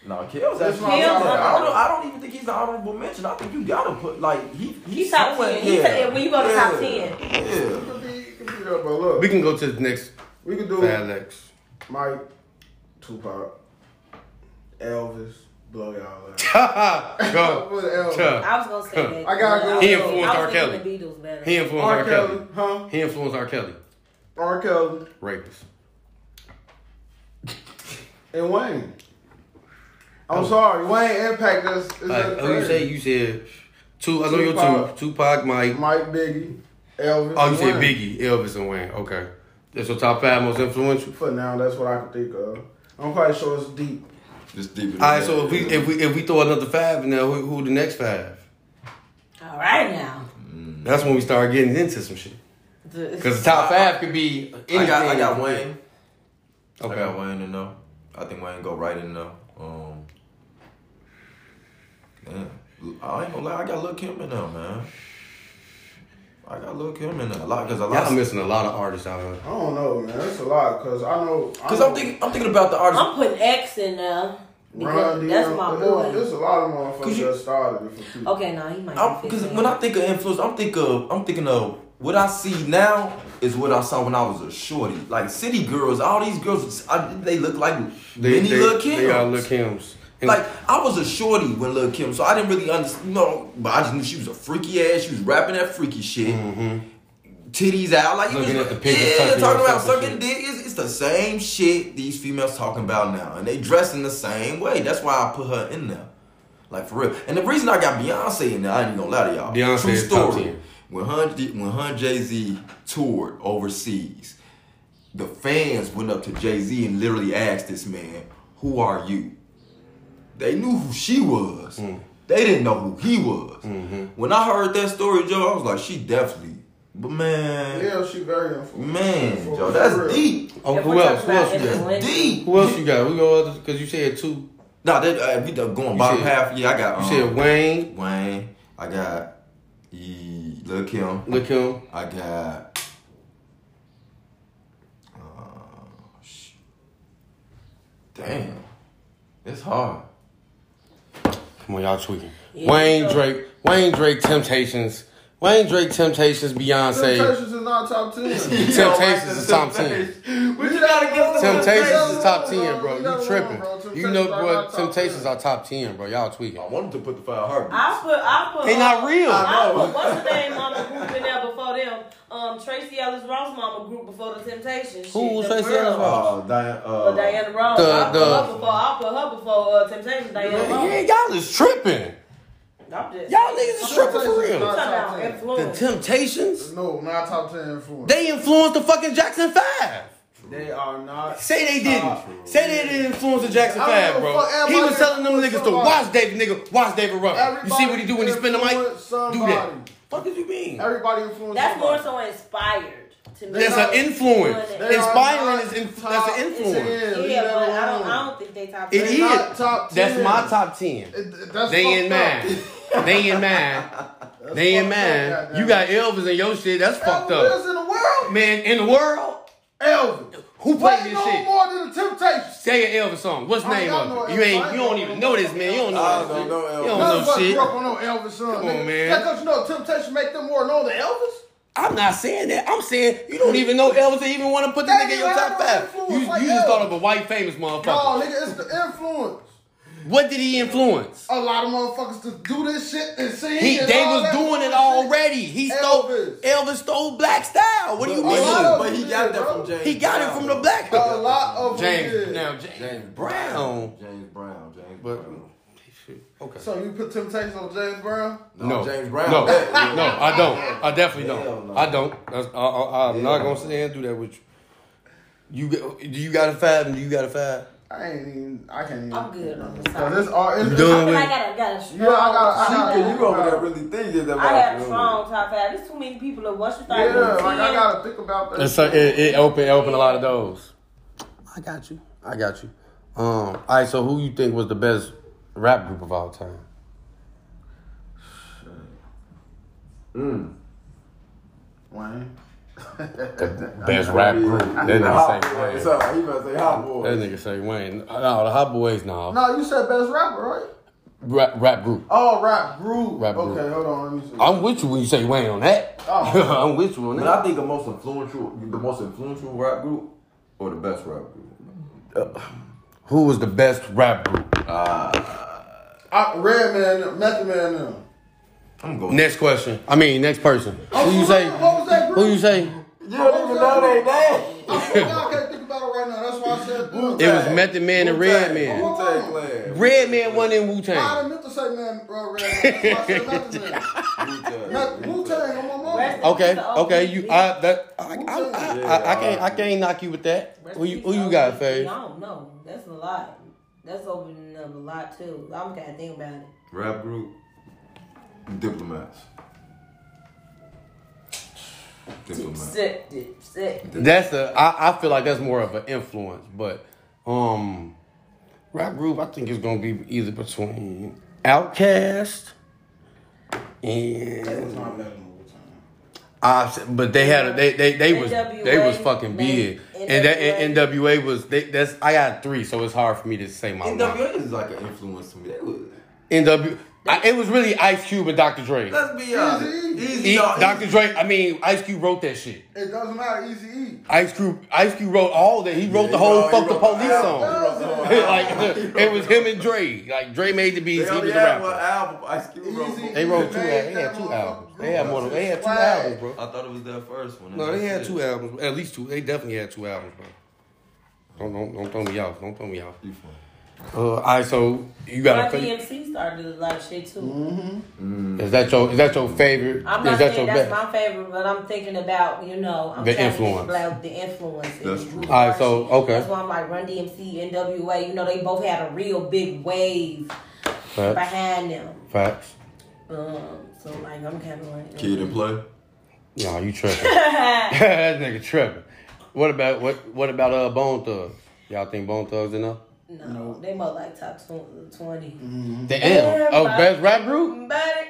S3: No, Kale's
S2: That's
S3: actually.
S2: my
S3: I
S2: brother.
S4: "Oh."
S3: don't. I don't even think he's an honorable mention. I think you gotta put like he.
S4: He's top
S3: somewhere-
S4: 10. He's
S3: yeah.
S4: a- when you go to top
S3: Yeah.
S4: 10.
S2: It
S3: Yeah.
S2: could be, it could be that, but look,
S1: We can go to the next
S2: we could do
S1: Alex.
S2: Mike, Tupac, Elvis, blow y'all out. I
S1: go.
S2: put Elvis.
S1: Tuh.
S4: I was gonna say that.
S2: I gotta go.
S4: I was-
S2: He
S1: influenced
S4: I was
S1: R.
S4: thinking
S1: Kelly.
S4: The Beatles better.
S1: He influenced
S2: R.
S1: R. Kelly.
S2: Kelly, huh?
S1: He influenced R. Kelly.
S2: R. Kelly
S1: Rapist.
S2: and Wayne. I'm sorry, Wayne impacted us. It's
S1: Like,
S2: just
S1: oh, you
S2: crazy.
S1: say you said two. I know your two.
S2: Tupac.
S1: Tupac, Mike.
S2: Mike, Biggie, Elvis.
S1: Oh, you said
S2: and Wayne.
S1: Biggie, Elvis, and Wayne. Okay. That's your top five most influential.
S2: For now, that's what I can think of. I'm quite sure it's deep.
S3: Just deeper. than
S1: All right.
S3: that.
S1: So if we if we if we throw another five in there, who, who the next five?
S4: All right now.
S1: That's when we start getting into some shit. Because the
S4: The-
S1: top five could be anything.
S3: I got, I got Wayne.
S1: Okay.
S3: I got Wayne to know. I think Wayne go right in though. Um, damn. I ain't gonna lie, I got Lil Kim in there, man. I got Lil Kim in there a lot because a
S1: Y'all
S3: lot.
S1: missing a lot of artists out here.
S2: I don't know, man. That's a lot because I know. I
S3: Because
S2: know
S3: I'm thinking, I'm thinking about the artists.
S4: I'm putting X in there.
S2: Ron
S4: Because that's
S2: DMC,
S4: my
S2: there-
S4: boy.
S2: There's a lot of motherfuckers
S3: Could you-
S2: that started it for people.
S4: Okay, no, he might
S1: Oh,
S4: be
S3: Because
S4: 15.
S3: when I think of influence, I'm think of I'm thinking of what I see now is what I saw when I was a shorty. Like city girls, all these girls, I, they look like
S1: They,
S3: mini
S1: they,
S3: Lil Kim.
S1: They are Lil Kims. And
S3: Like I was a shorty when Lil Kim, so I didn't really understand. No, but I just knew she was a freaky ass. She was rapping that freaky shit. Titties out, like
S1: Mm-hmm. Looking
S3: it was,
S1: at the picture,
S3: yeah,
S1: sucking
S3: talking about
S1: yourself and
S3: sucking dick. It's, it's the same shit these females talking about now, and they dress in the same way. That's why I put her in there, like for real. And the reason I got Beyonce in there, I ain't gonna lie to y'all.
S1: Beyonce
S3: True
S1: is top
S3: story.
S1: 10.
S3: When her when her Jay Z toured overseas, the fans went up to Jay Z and literally asked this man, "Who are you?" They knew who she was.
S1: Mm.
S3: They didn't know who he was.
S1: Mm-hmm.
S3: When I heard that story, Joe, I was like, "She definitely." But man,
S2: Yeah, she very unfortunate.
S3: man,
S2: For
S3: Joe, that's
S2: real.
S3: deep.
S1: Oh,
S4: If
S1: who
S4: we're
S1: else? Who
S4: talking
S1: else?
S4: about
S1: You got?
S3: That's
S4: influence-
S3: deep.
S1: Who else you got? We go because you said two.
S3: Nah, that uh, we done going bottom
S1: said-
S3: half. Yeah, I got.
S1: You
S3: Um,
S1: said Wayne,
S3: Wayne. I got e, Lil Kim.
S1: look him.
S3: I got. Uh, sh- damn, it's hard.
S1: Come on, y'all tweaking.
S4: Yeah.
S1: Wayne Drake, Wayne Drake, Temptations, Wayne Drake, Temptations, Beyonce.
S2: Temptations is not top ten.
S1: Temptations is top ten.
S3: What you gotta give us?
S1: Temptations
S2: Temptations
S1: is top
S2: is
S1: ten,
S2: wrong,
S1: bro.
S2: you got
S1: You
S2: it
S1: tripping?
S2: wrong, bro.
S1: You know
S2: Temptations are
S1: what?
S2: not top
S1: Temptations
S2: ten.
S1: are top ten, bro. Y'all tweaking.
S3: I wanted to put the five heartbeats.
S4: I put, I put. uh,
S1: They not real.
S4: I put what's her name on the group in there before them? Um, Tracy Ellis Ross mama group before the Temptations.
S1: Who
S4: Shit,
S1: was
S4: the
S1: Tracee
S4: girl.
S1: Ellis Ross?
S3: Uh, Diane,
S4: But
S3: uh,
S4: Diana Ross.
S1: The-
S4: I put
S1: the-
S4: her before. I put her before uh, Temptations. Diana Ross.
S1: Yeah, y'all is tripping.
S4: I'm just-
S1: Y'all niggas is tripping for
S4: I'm
S1: real.
S4: talking about
S1: The
S4: influence.
S1: Temptations,
S2: No, not top ten influence.
S1: they influenced the fucking Jackson Five.
S2: They are not.
S1: Say they
S2: top-
S1: didn't. Say they didn't influence the Jackson
S2: I don't
S1: Five,
S2: give a
S1: bro.
S2: fuck. Everybody
S1: He was telling them
S2: influence
S1: niggas to
S2: somebody.
S1: watch David, nigga, watch David Ruffin. You see what
S2: Everybody
S1: he do when he spin the mic?
S2: influence
S1: Do that.
S2: somebody.
S1: Fuck is you mean?
S2: Everybody influenced.
S4: That's more
S2: somebody.
S4: so inspired to me.
S1: That's an influence.
S4: They
S2: They are
S1: Inspiring is
S2: not
S1: inf-
S2: top
S1: that's an influence.
S2: 10. Leave
S4: Yeah, but
S2: that
S4: I don't.
S2: alone.
S4: I don't think they top.
S1: It
S4: ten.
S1: is.
S2: They're not top
S1: That's
S2: 10.
S1: my top ten.
S2: It- that's
S1: They in
S2: fucked
S1: mine. They in mine.
S2: That's
S1: They in
S2: fucked up,
S1: mine. You got Elvis in your shit. That's
S2: goddamn.
S1: fucked
S2: Elvis
S1: up.
S2: in the world.
S1: Man, in the world,
S2: Elvis.
S1: who played
S2: Way
S1: this
S2: no
S1: shit?
S2: more than the Temptations.
S1: Say an Elvis song. What's the
S2: I
S1: name
S2: don't
S1: of
S2: know
S1: it?
S2: Elvis.
S1: You ain't.
S2: I
S1: You
S2: ain't
S1: don't
S2: know
S1: even
S2: Elvis.
S1: know this, man. You don't
S3: I
S1: know.
S3: don't
S1: this shit.
S3: know Elvis.
S1: You don't
S2: None
S1: know
S2: of us
S1: shit.
S2: grew up on no Elvis son.
S1: Come
S2: nigga.
S1: on, man.
S2: That 'cause you know Temptations make them more known than Elvis.
S1: I'm not saying that. I'm saying you don't even know Elvis to even want to put this
S2: That
S1: nigga in
S2: nigga
S1: your top
S2: had no
S1: five.
S2: influence
S1: You,
S2: like
S1: you just
S2: Elvis.
S1: thought of a white famous motherfucker.
S2: No, nigga, it's the influence.
S1: What did he influence?
S2: A lot of motherfuckers to do this shit and sing.
S1: He,
S2: and
S1: they
S2: Oh, all
S1: was
S2: that
S1: doing it
S2: bullshit.
S1: already. He stole
S2: Elvis.
S1: Elvis stole black style. What do you
S2: a
S4: Oh,
S2: lot
S1: mean?
S2: of-
S3: but he got that from James.
S1: He got it from the
S3: Brown.
S1: black.
S2: A lot of
S1: James
S2: them did.
S1: now James,
S3: James
S1: Brown.
S3: Brown. James Brown. James
S1: But-
S3: Brown.
S1: Okay.
S2: So you put Temptations on James Brown?
S1: No,
S3: James Brown.
S1: No,
S3: Yeah, yeah.
S1: no, I don't. I definitely
S3: Hell
S1: don't.
S3: no.
S1: I don't. That's, I, I, I'm not gonna sit there and do that with you. You get- do you got a five? And do you got a five?
S2: I ain't even. I can't even.
S4: I'm good. I'm
S2: Cause
S4: sorry.
S2: it's all. It's,
S1: You
S4: I
S1: done?
S4: feel like I got a, got a strong.
S2: Oh, Yeah, I got- I
S4: top
S2: got-
S4: five.
S3: Nigga, you over there really thinking about
S4: I have a
S3: it.
S4: strong top five. There's too many people to watch. You
S2: Yeah,
S4: start
S2: like
S4: with 10.
S2: I gotta think about that.
S1: It's like it, it open open a lot of doors. I got you. I got you. Um. All right. So who you think was the best rap group of all time?
S2: Wayne.
S1: Best rap group. That
S3: Hot
S1: nigga say
S3: boy.
S1: Wayne.
S3: It's all right. He about to say hot boy.
S1: That nigga say Wayne. No, the Hot Boys. No.
S2: No, you said best rapper, right?
S1: Rap, rap group.
S2: Oh, rap group.
S1: Rap
S2: okay,
S1: group.
S2: hold on. Let me see.
S1: I'm with you when you say Wayne on that.
S2: Oh.
S1: I'm with you on
S3: When
S1: that.
S3: I think the most influential, the most influential rap group, or the best rap group,
S1: Who was the best rap group?
S2: I, Red Man, Method Man. Them.
S3: I'm going.
S1: Next question. I mean, next person.
S2: Oh,
S1: Who you
S2: what-
S1: say?
S2: What was that group?
S1: Who you say?
S3: You don't even know they name.
S2: I swear to God, I can't think about it right now. That's why I said them.
S1: It was Method Man and Red Man.
S3: Wu-Tang Clan.
S1: Red Man won in Wu
S2: I
S1: Tang.
S2: didn't meant to say man, bro, Red Man. That's why I said Method Man.
S3: Wu-Tang.
S2: Meth- Wu-Tang on my mama.
S4: Rest in
S1: Okay,
S4: peace to OG.
S1: okay, you, I, that, I, I, I, I, I can't, I can't knock you with that.
S4: Rest
S1: Who
S4: in
S1: you,
S4: peace
S1: who
S4: to
S1: you
S4: OG.
S1: got, Faye?
S4: I don't know. That's a lot. That's opening up a lot too. I'm gotta think about it.
S3: Rap group, diplomats. Diplomats.
S4: Sit, sit.
S1: That's a, I, I feel like that's more of an influence, but, um, rap group, I think it's gonna be either between Outkast and
S2: It's not Method Man, Wu-Tang.
S1: I, but they had a, they they they was
S4: NWA,
S1: they was fucking big,
S4: man,
S1: and that and
S4: NWA.
S1: NWA was they that's I got three, so it's hard for me to say my one.
S3: NWA is like an influence to me. They was,
S1: NW, I, it was really Ice Cube and Dr. Dre.
S3: let's be honest.
S2: Easy.
S3: Easy,
S1: E-
S3: y'all.
S1: Dr. Dre, I mean Ice Cube wrote that shit.
S2: It doesn't matter, Easy E.
S1: Ice Cube, Ice Cube wrote all that. He wrote
S3: Yeah,
S1: the
S3: he
S1: whole
S3: wrote- he
S1: "Fuck the
S3: wrote the
S1: Police"
S3: album.
S1: song. like it was him and Dre. Like Dre made the
S3: They
S1: beats. He
S3: only
S1: was the
S3: had one
S1: rapper.
S3: album. Ice Cube wrote.
S2: Easy.
S1: They wrote two.
S2: They
S1: al- They
S2: made
S1: had
S2: that
S1: two
S2: motherfucker
S1: albums. They
S2: grow
S1: had
S2: up.
S1: more. than- They had two
S2: Swag.
S1: albums, bro.
S3: I thought it was their first one.
S1: No, they had
S3: That's
S1: two
S3: it.
S1: albums. At least two. They definitely had two albums, bro. Don't don't don't throw me off. Don't throw me off.
S3: You funny.
S1: Uh, all right, so you got
S4: My
S1: to. Think,
S4: DMC started a lot of shit too.
S1: is that your is that your favorite?
S4: I'm
S1: is
S4: not
S1: that
S4: saying
S1: your
S4: that's
S1: best?
S4: my favorite, but I'm thinking about you know I'm
S1: The
S4: trying to think
S1: influence.
S4: about the influence.
S3: That's true.
S1: All right, so, okay.
S4: That's why I'm like Run DMC, NWA. You know they both had a real big wave
S1: Facts.
S4: behind them.
S1: Facts.
S4: Um, so like I'm kind of like um,
S3: Kid and play.
S1: Nah, you tripping. that nigga tripping. What about what what about uh Bone Thugs? Y'all think Bone Thugs enough?
S4: No, they more like top tw- twenty.
S3: Mm-hmm.
S1: Damn. Oh, best rap group.
S4: Everybody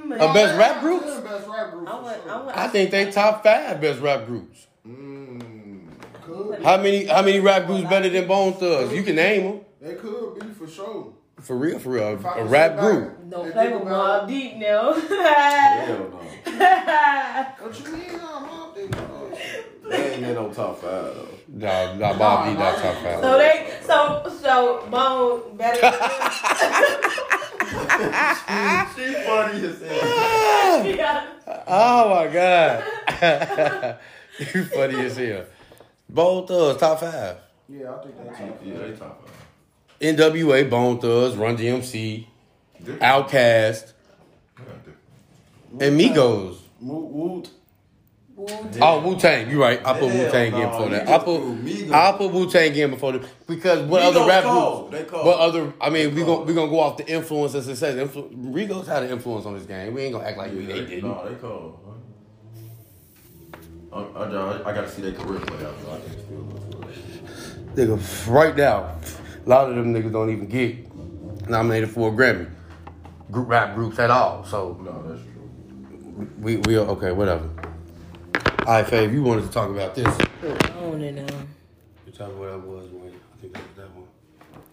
S4: in my-
S1: A best rap group.
S5: Best rap group.
S4: mm-hmm. I would, I would,
S1: I think they top five best rap groups.
S5: Could,
S1: How many how many rap groups better than Bone Thugs? You can name them.
S5: they could be for sure.
S1: For real, for real.
S5: I
S1: A
S5: could
S1: rap
S5: sit back-
S1: group.
S4: Don't
S5: If
S4: play
S5: you
S4: with
S5: about-
S4: Mob Deep now.
S3: Hell no.
S5: What you mean? I'm all thinking about shit.
S3: They ain't in no top five though.
S1: Nah, nah, Bob D not top five.
S4: so they, so so Bone better. Than
S3: Ah, She funny as hell.
S1: Oh my god. you funny as hell. Bone Thugs, top five.
S5: Yeah, I think that's
S3: Yeah, they top five.
S1: NWA, Bone Thugs, Run DMC, Outcast, and Migos.
S5: Woot woot.
S1: Oh, Wu Tang. You're right. I put
S3: Hell
S1: Wu Tang in
S3: no,
S1: before
S3: you
S1: that. I
S3: just
S1: put
S3: threw Migos.
S1: I put Wu Tang in before that because what other
S3: Migos
S1: rap
S3: cold. They
S1: groups?
S3: cold.
S1: What other? I mean, we
S3: cold.
S1: gonna we gonna go off the influence and success. Influ- Migos had an influence on this game. We ain't gonna act like we they didn't.
S3: No, they cold. I, I, I, I gotta see their career play out. so I can't still look for it.
S1: Nigga, right now, a lot of them niggas don't even get nominated for a Grammy. Group rap groups at all. So
S3: No, that's true.
S1: we we are okay. Whatever. All right, Fave, you wanted to talk about this.
S4: Own it now.
S1: You tell me what that was when I think that was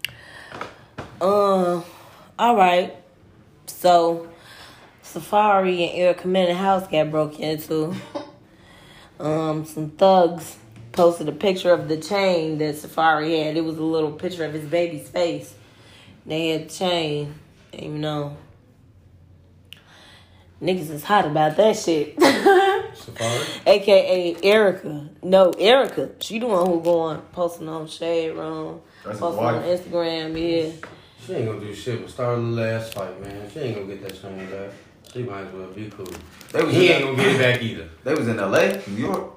S1: that one.
S4: Uh, all right. So, Safari and Eric Committed house got broken into. Um, some thugs posted a picture of the chain that Safari had. It was a little picture of his baby's face. They had the chain, and you know. Niggas is hot about that shit.
S1: Safari.
S4: AKA Erica. No, Erica. She the one who going posting on Shade Room.
S3: That's his
S4: posting on
S3: wife.
S4: Instagram, yeah.
S1: She ain't gonna do shit but start the last fight, man. She ain't gonna get that chain back. She might as well be cool.
S3: They was,
S1: He
S3: in
S1: ain't gonna get it back either.
S3: they was in LA, New York.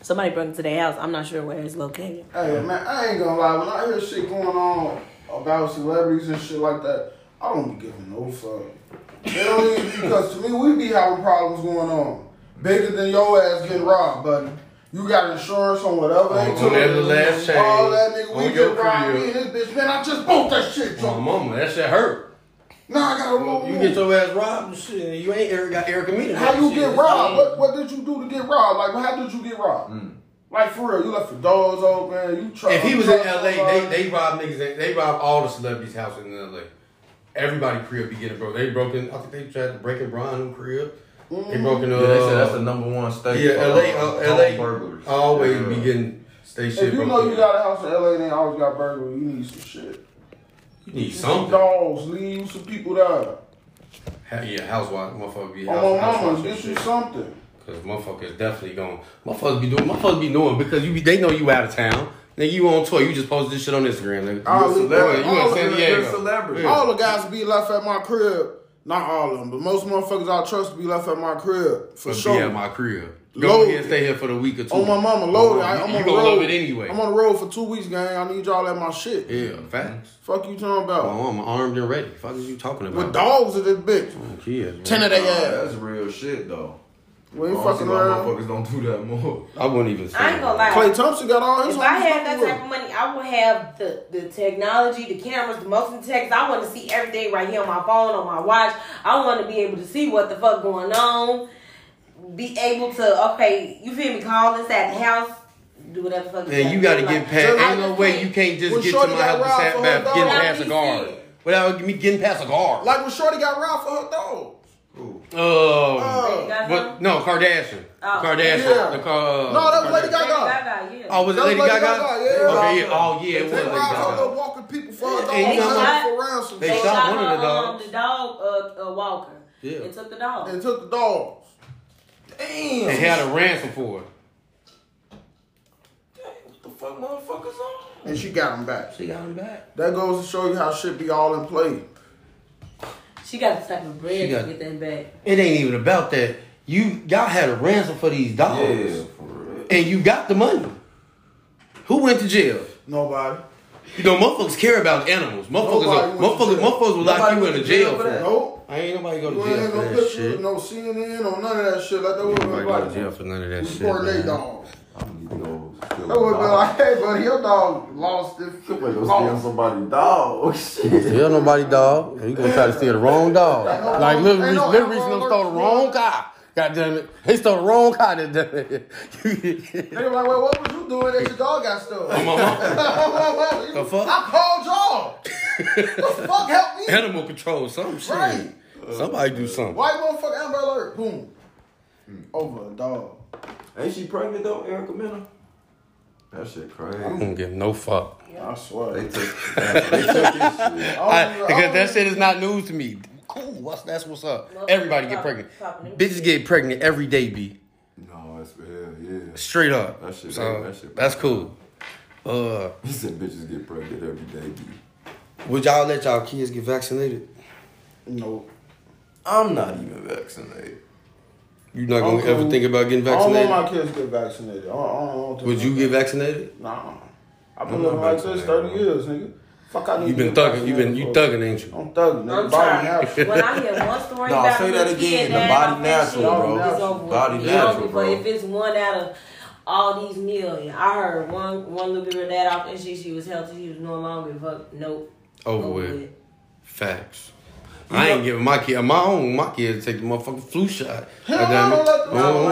S4: Somebody brought him to their house. I'm not sure where it's located.
S2: Hey man, I ain't gonna lie. When I hear shit going on about celebrities and shit like that, I don't be giving no fuck. They don't even- because to me, we be having problems going on bigger than your ass getting robbed, buddy. You got insurance on whatever
S1: On
S2: they took.
S1: that last chain,
S2: All that nigga,
S1: on
S2: we
S1: your
S2: just robbed
S1: crib.
S2: me and this bitch. Man, I just bought that shit,
S1: My
S2: Joe.
S1: mama, that shit hurt.
S2: Now I gotta roll.
S1: You get your ass robbed and shit. and You ain't Eric got Erica meeting.
S2: How you get robbed? What, what did you do to get robbed? Like, how did you get robbed? Like for real, you left the doors open. You tried.
S1: Mm. If he was in LA, they they robbed niggas. They, they robbed all the celebrities' houses in LA. Everybody crib be getting broke. They broken. I think they tried to break in Brian crib. They broken. Uh,
S3: Yeah, they said that's the number one state.
S1: yeah,
S3: for,
S1: LA, uh,
S3: home
S1: LA
S3: burglars.
S1: always
S3: Yeah.
S1: be getting stay shit.
S2: If you
S1: broken
S2: know you
S1: in.
S2: got a house in LA and they always got burglary, you need some shit.
S1: you need
S2: Some
S1: something.
S2: dogs, leave some people there.
S1: Ha- Yeah, housewife, motherfucker be house,
S2: On Oh, my
S1: housewife
S2: mama,
S1: and
S2: get you
S1: shit.
S2: something.
S1: Cause motherfuckers definitely going. Motherfuckers be doing. Motherfuckers be doing because you be, they know you out of town. Nigga, you on tour. You just posted this shit on Instagram. Nigga.
S2: All
S1: you, a
S2: the-
S1: celebrity. you
S2: all
S1: in San
S3: the-
S1: Diego.
S3: they're celebrities.
S1: Yeah.
S2: All the guys be left at my crib. Not all of them, but most motherfuckers I trust be left at my crib for
S1: But be
S2: sure.
S1: at my crib. Go
S2: Loaded.
S1: here and stay here for the week or two.
S2: on Oh, my mama, loaded. I, I'm
S1: you
S2: on the
S1: gonna
S2: road.
S1: love it anyway.
S2: I'm on the road for two weeks, gang. I need y'all at my shit.
S1: yeah, facts.
S2: Fuck you talking about?
S1: My mama armed and ready. Fuck is you talking about?
S2: With dogs in this bitch.
S1: Kids,
S2: Ten
S1: man.
S2: of they
S3: Nah,
S2: ass.
S3: That's real shit though.
S2: We ain't
S3: I don't see
S2: fucking
S3: why
S2: around.
S3: motherfuckers don't do that more.
S1: I wouldn't even. Say
S4: I ain't gonna
S1: that.
S4: lie.
S2: Clay Thompson got all his
S4: If I
S2: homies
S4: had that
S2: fucking
S4: type of money, I would have the, the technology, the cameras, the motion text. I want to see everything right here on my phone, on my watch. I want to be able to see what the fuck going on. Be able to, okay, you feel me? Call us at the house, do whatever the fuck.
S1: And you gotta get past.
S2: Just
S1: Ain't
S2: like
S1: no
S2: the
S1: way
S2: thing.
S1: you can't just
S2: When
S1: get to
S2: Shorty
S1: my
S2: got
S1: house
S2: robbed
S1: without
S2: for
S1: getting
S2: her dog,
S1: past
S4: how
S1: a
S4: he
S1: guard.
S4: said.
S1: Without me getting past a guard.
S2: Like when Shorty got robbed for her dog.
S1: oh.
S2: Uh,
S1: But no, Kardashian.
S4: Oh.
S1: Kardashian.
S2: Yeah.
S1: The car,
S2: No, that was Lady
S1: Kardashian.
S2: Gaga.
S4: yeah.
S1: Oh, was it
S2: That was
S1: Lady,
S2: Lady
S1: Gaga?
S2: Gaga, yeah.
S1: Okay, yeah. Oh, yeah, it was
S2: they
S1: Lady
S2: robbed
S1: Gaga.
S2: her little walking people for her dog.
S1: Hey,
S2: They
S1: you know
S2: held her
S4: what?
S2: for ransom.
S1: They
S4: They
S1: shot
S4: shot
S1: one of the
S4: um,
S1: dogs.
S4: the dog, uh, uh, Walker.
S1: Yeah.
S4: It took the dog.
S2: and took the dogs.
S1: They
S3: Damn.
S1: had a ransom for it.
S3: What the fuck fuck motherfuckers on.
S2: And she got him back.
S1: She got him back.
S2: That goes to show you how shit be all in play.
S4: She got to type of bread
S1: She got-
S4: to get that back.
S1: It ain't even about that. You y'all had a ransom for these dogs,
S3: Yeah, for real.
S1: and you got the money. Who went to jail?
S2: Nobody.
S1: You know, motherfuckers care about animals. Motherfuckers, are,
S2: Nobody went to
S1: motherfuckers,
S2: jail.
S1: motherfuckers will lock
S3: Nobody
S1: you in
S3: went
S1: the
S3: to jail
S1: jail
S3: for
S1: for
S3: that.
S1: that.
S2: Nope.
S1: I ain't nobody go to
S2: You
S1: jail
S2: ain't
S1: for
S2: no
S1: that
S2: picture,
S1: shit.
S2: no CNN, or none of that shit. Let that woman
S1: Nobody go
S2: be
S1: to
S2: like,
S1: jail for none of that
S2: we
S1: shit.
S2: parlay
S1: man.
S2: dogs.
S3: I need those.
S2: That woman be like, hey, buddy, your dog lost it.
S3: Somebody gonna steal
S2: Lost.
S3: somebody's dog. Shit.
S1: Steal nobody dog. You gonna try to steal the wrong dog.
S2: no-
S1: like Lil
S2: ain't
S1: Reese,
S2: no
S1: Lil Reese done
S2: alcohol
S1: stole the
S2: alert.
S1: wrong car. God damn it. He stole the wrong car that damn
S2: They were like, well, what was you doing that your dog got stolen?
S1: The fuck?
S2: I called y'all. the fuck help me?
S1: Animal control, some shit.
S2: Right.
S1: Somebody do something.
S2: White motherfucker Amber Alert. Boom. Hmm. Over a dog.
S3: Ain't she pregnant though, Erica Mena? That shit crazy.
S1: I don't give no fuck.
S2: I swear.
S3: They took, they took his shit.
S2: Oh,
S1: I- because that shit is not news to me. Cool, what's, that's what's up.
S4: Well,
S1: Everybody get
S4: pop-
S1: pregnant.
S4: pop it.
S1: Bitches get pregnant every day, B.
S3: No, that's hell yeah.
S1: Straight up.
S3: That shit-
S1: so,
S3: that shit-
S1: that's cool. Uh,
S3: He said bitches get pregnant every day. B.
S1: would y'all let y'all kids get vaccinated?
S2: No.
S3: I'm not even vaccinated.
S1: You're not gonna
S2: I'm
S1: ever
S2: cool.
S1: think about getting
S2: I don't want my
S1: vaccinated.
S2: kids to get vaccinated. I don't, I don't want to
S1: Would you get vaccinated?
S2: Nah. I've
S3: I'm
S2: been
S3: not
S2: living like this
S3: vaccinated,
S2: 30
S3: bro.
S2: years, nigga. Fuck, I need
S1: You've
S2: to
S1: been
S2: get
S1: thugging. You've been you
S2: vaccinated
S1: thugging, ain't
S2: for-
S1: you?
S2: I'm thugging, nigga.
S4: I'm
S2: Body
S4: tired.
S2: natural.
S4: When I hear one story
S3: No,
S4: about
S3: say
S4: little
S3: that again.
S4: kid
S3: The
S4: that
S3: body
S4: about
S3: natural,
S4: shit,
S2: bro.
S4: it's over.
S3: Body
S4: It's
S3: natural,
S4: over,
S3: bro.
S4: But if it's one out of all these million, I heard one one little bit of that off, and she she was healthy, she was normal. I don't give a fuck. Nope.
S1: Over with. Facts. I ain't giving my kid my own my kid to take the motherfucking flu shot.
S2: Hell no, don't let
S1: Because
S2: them- don't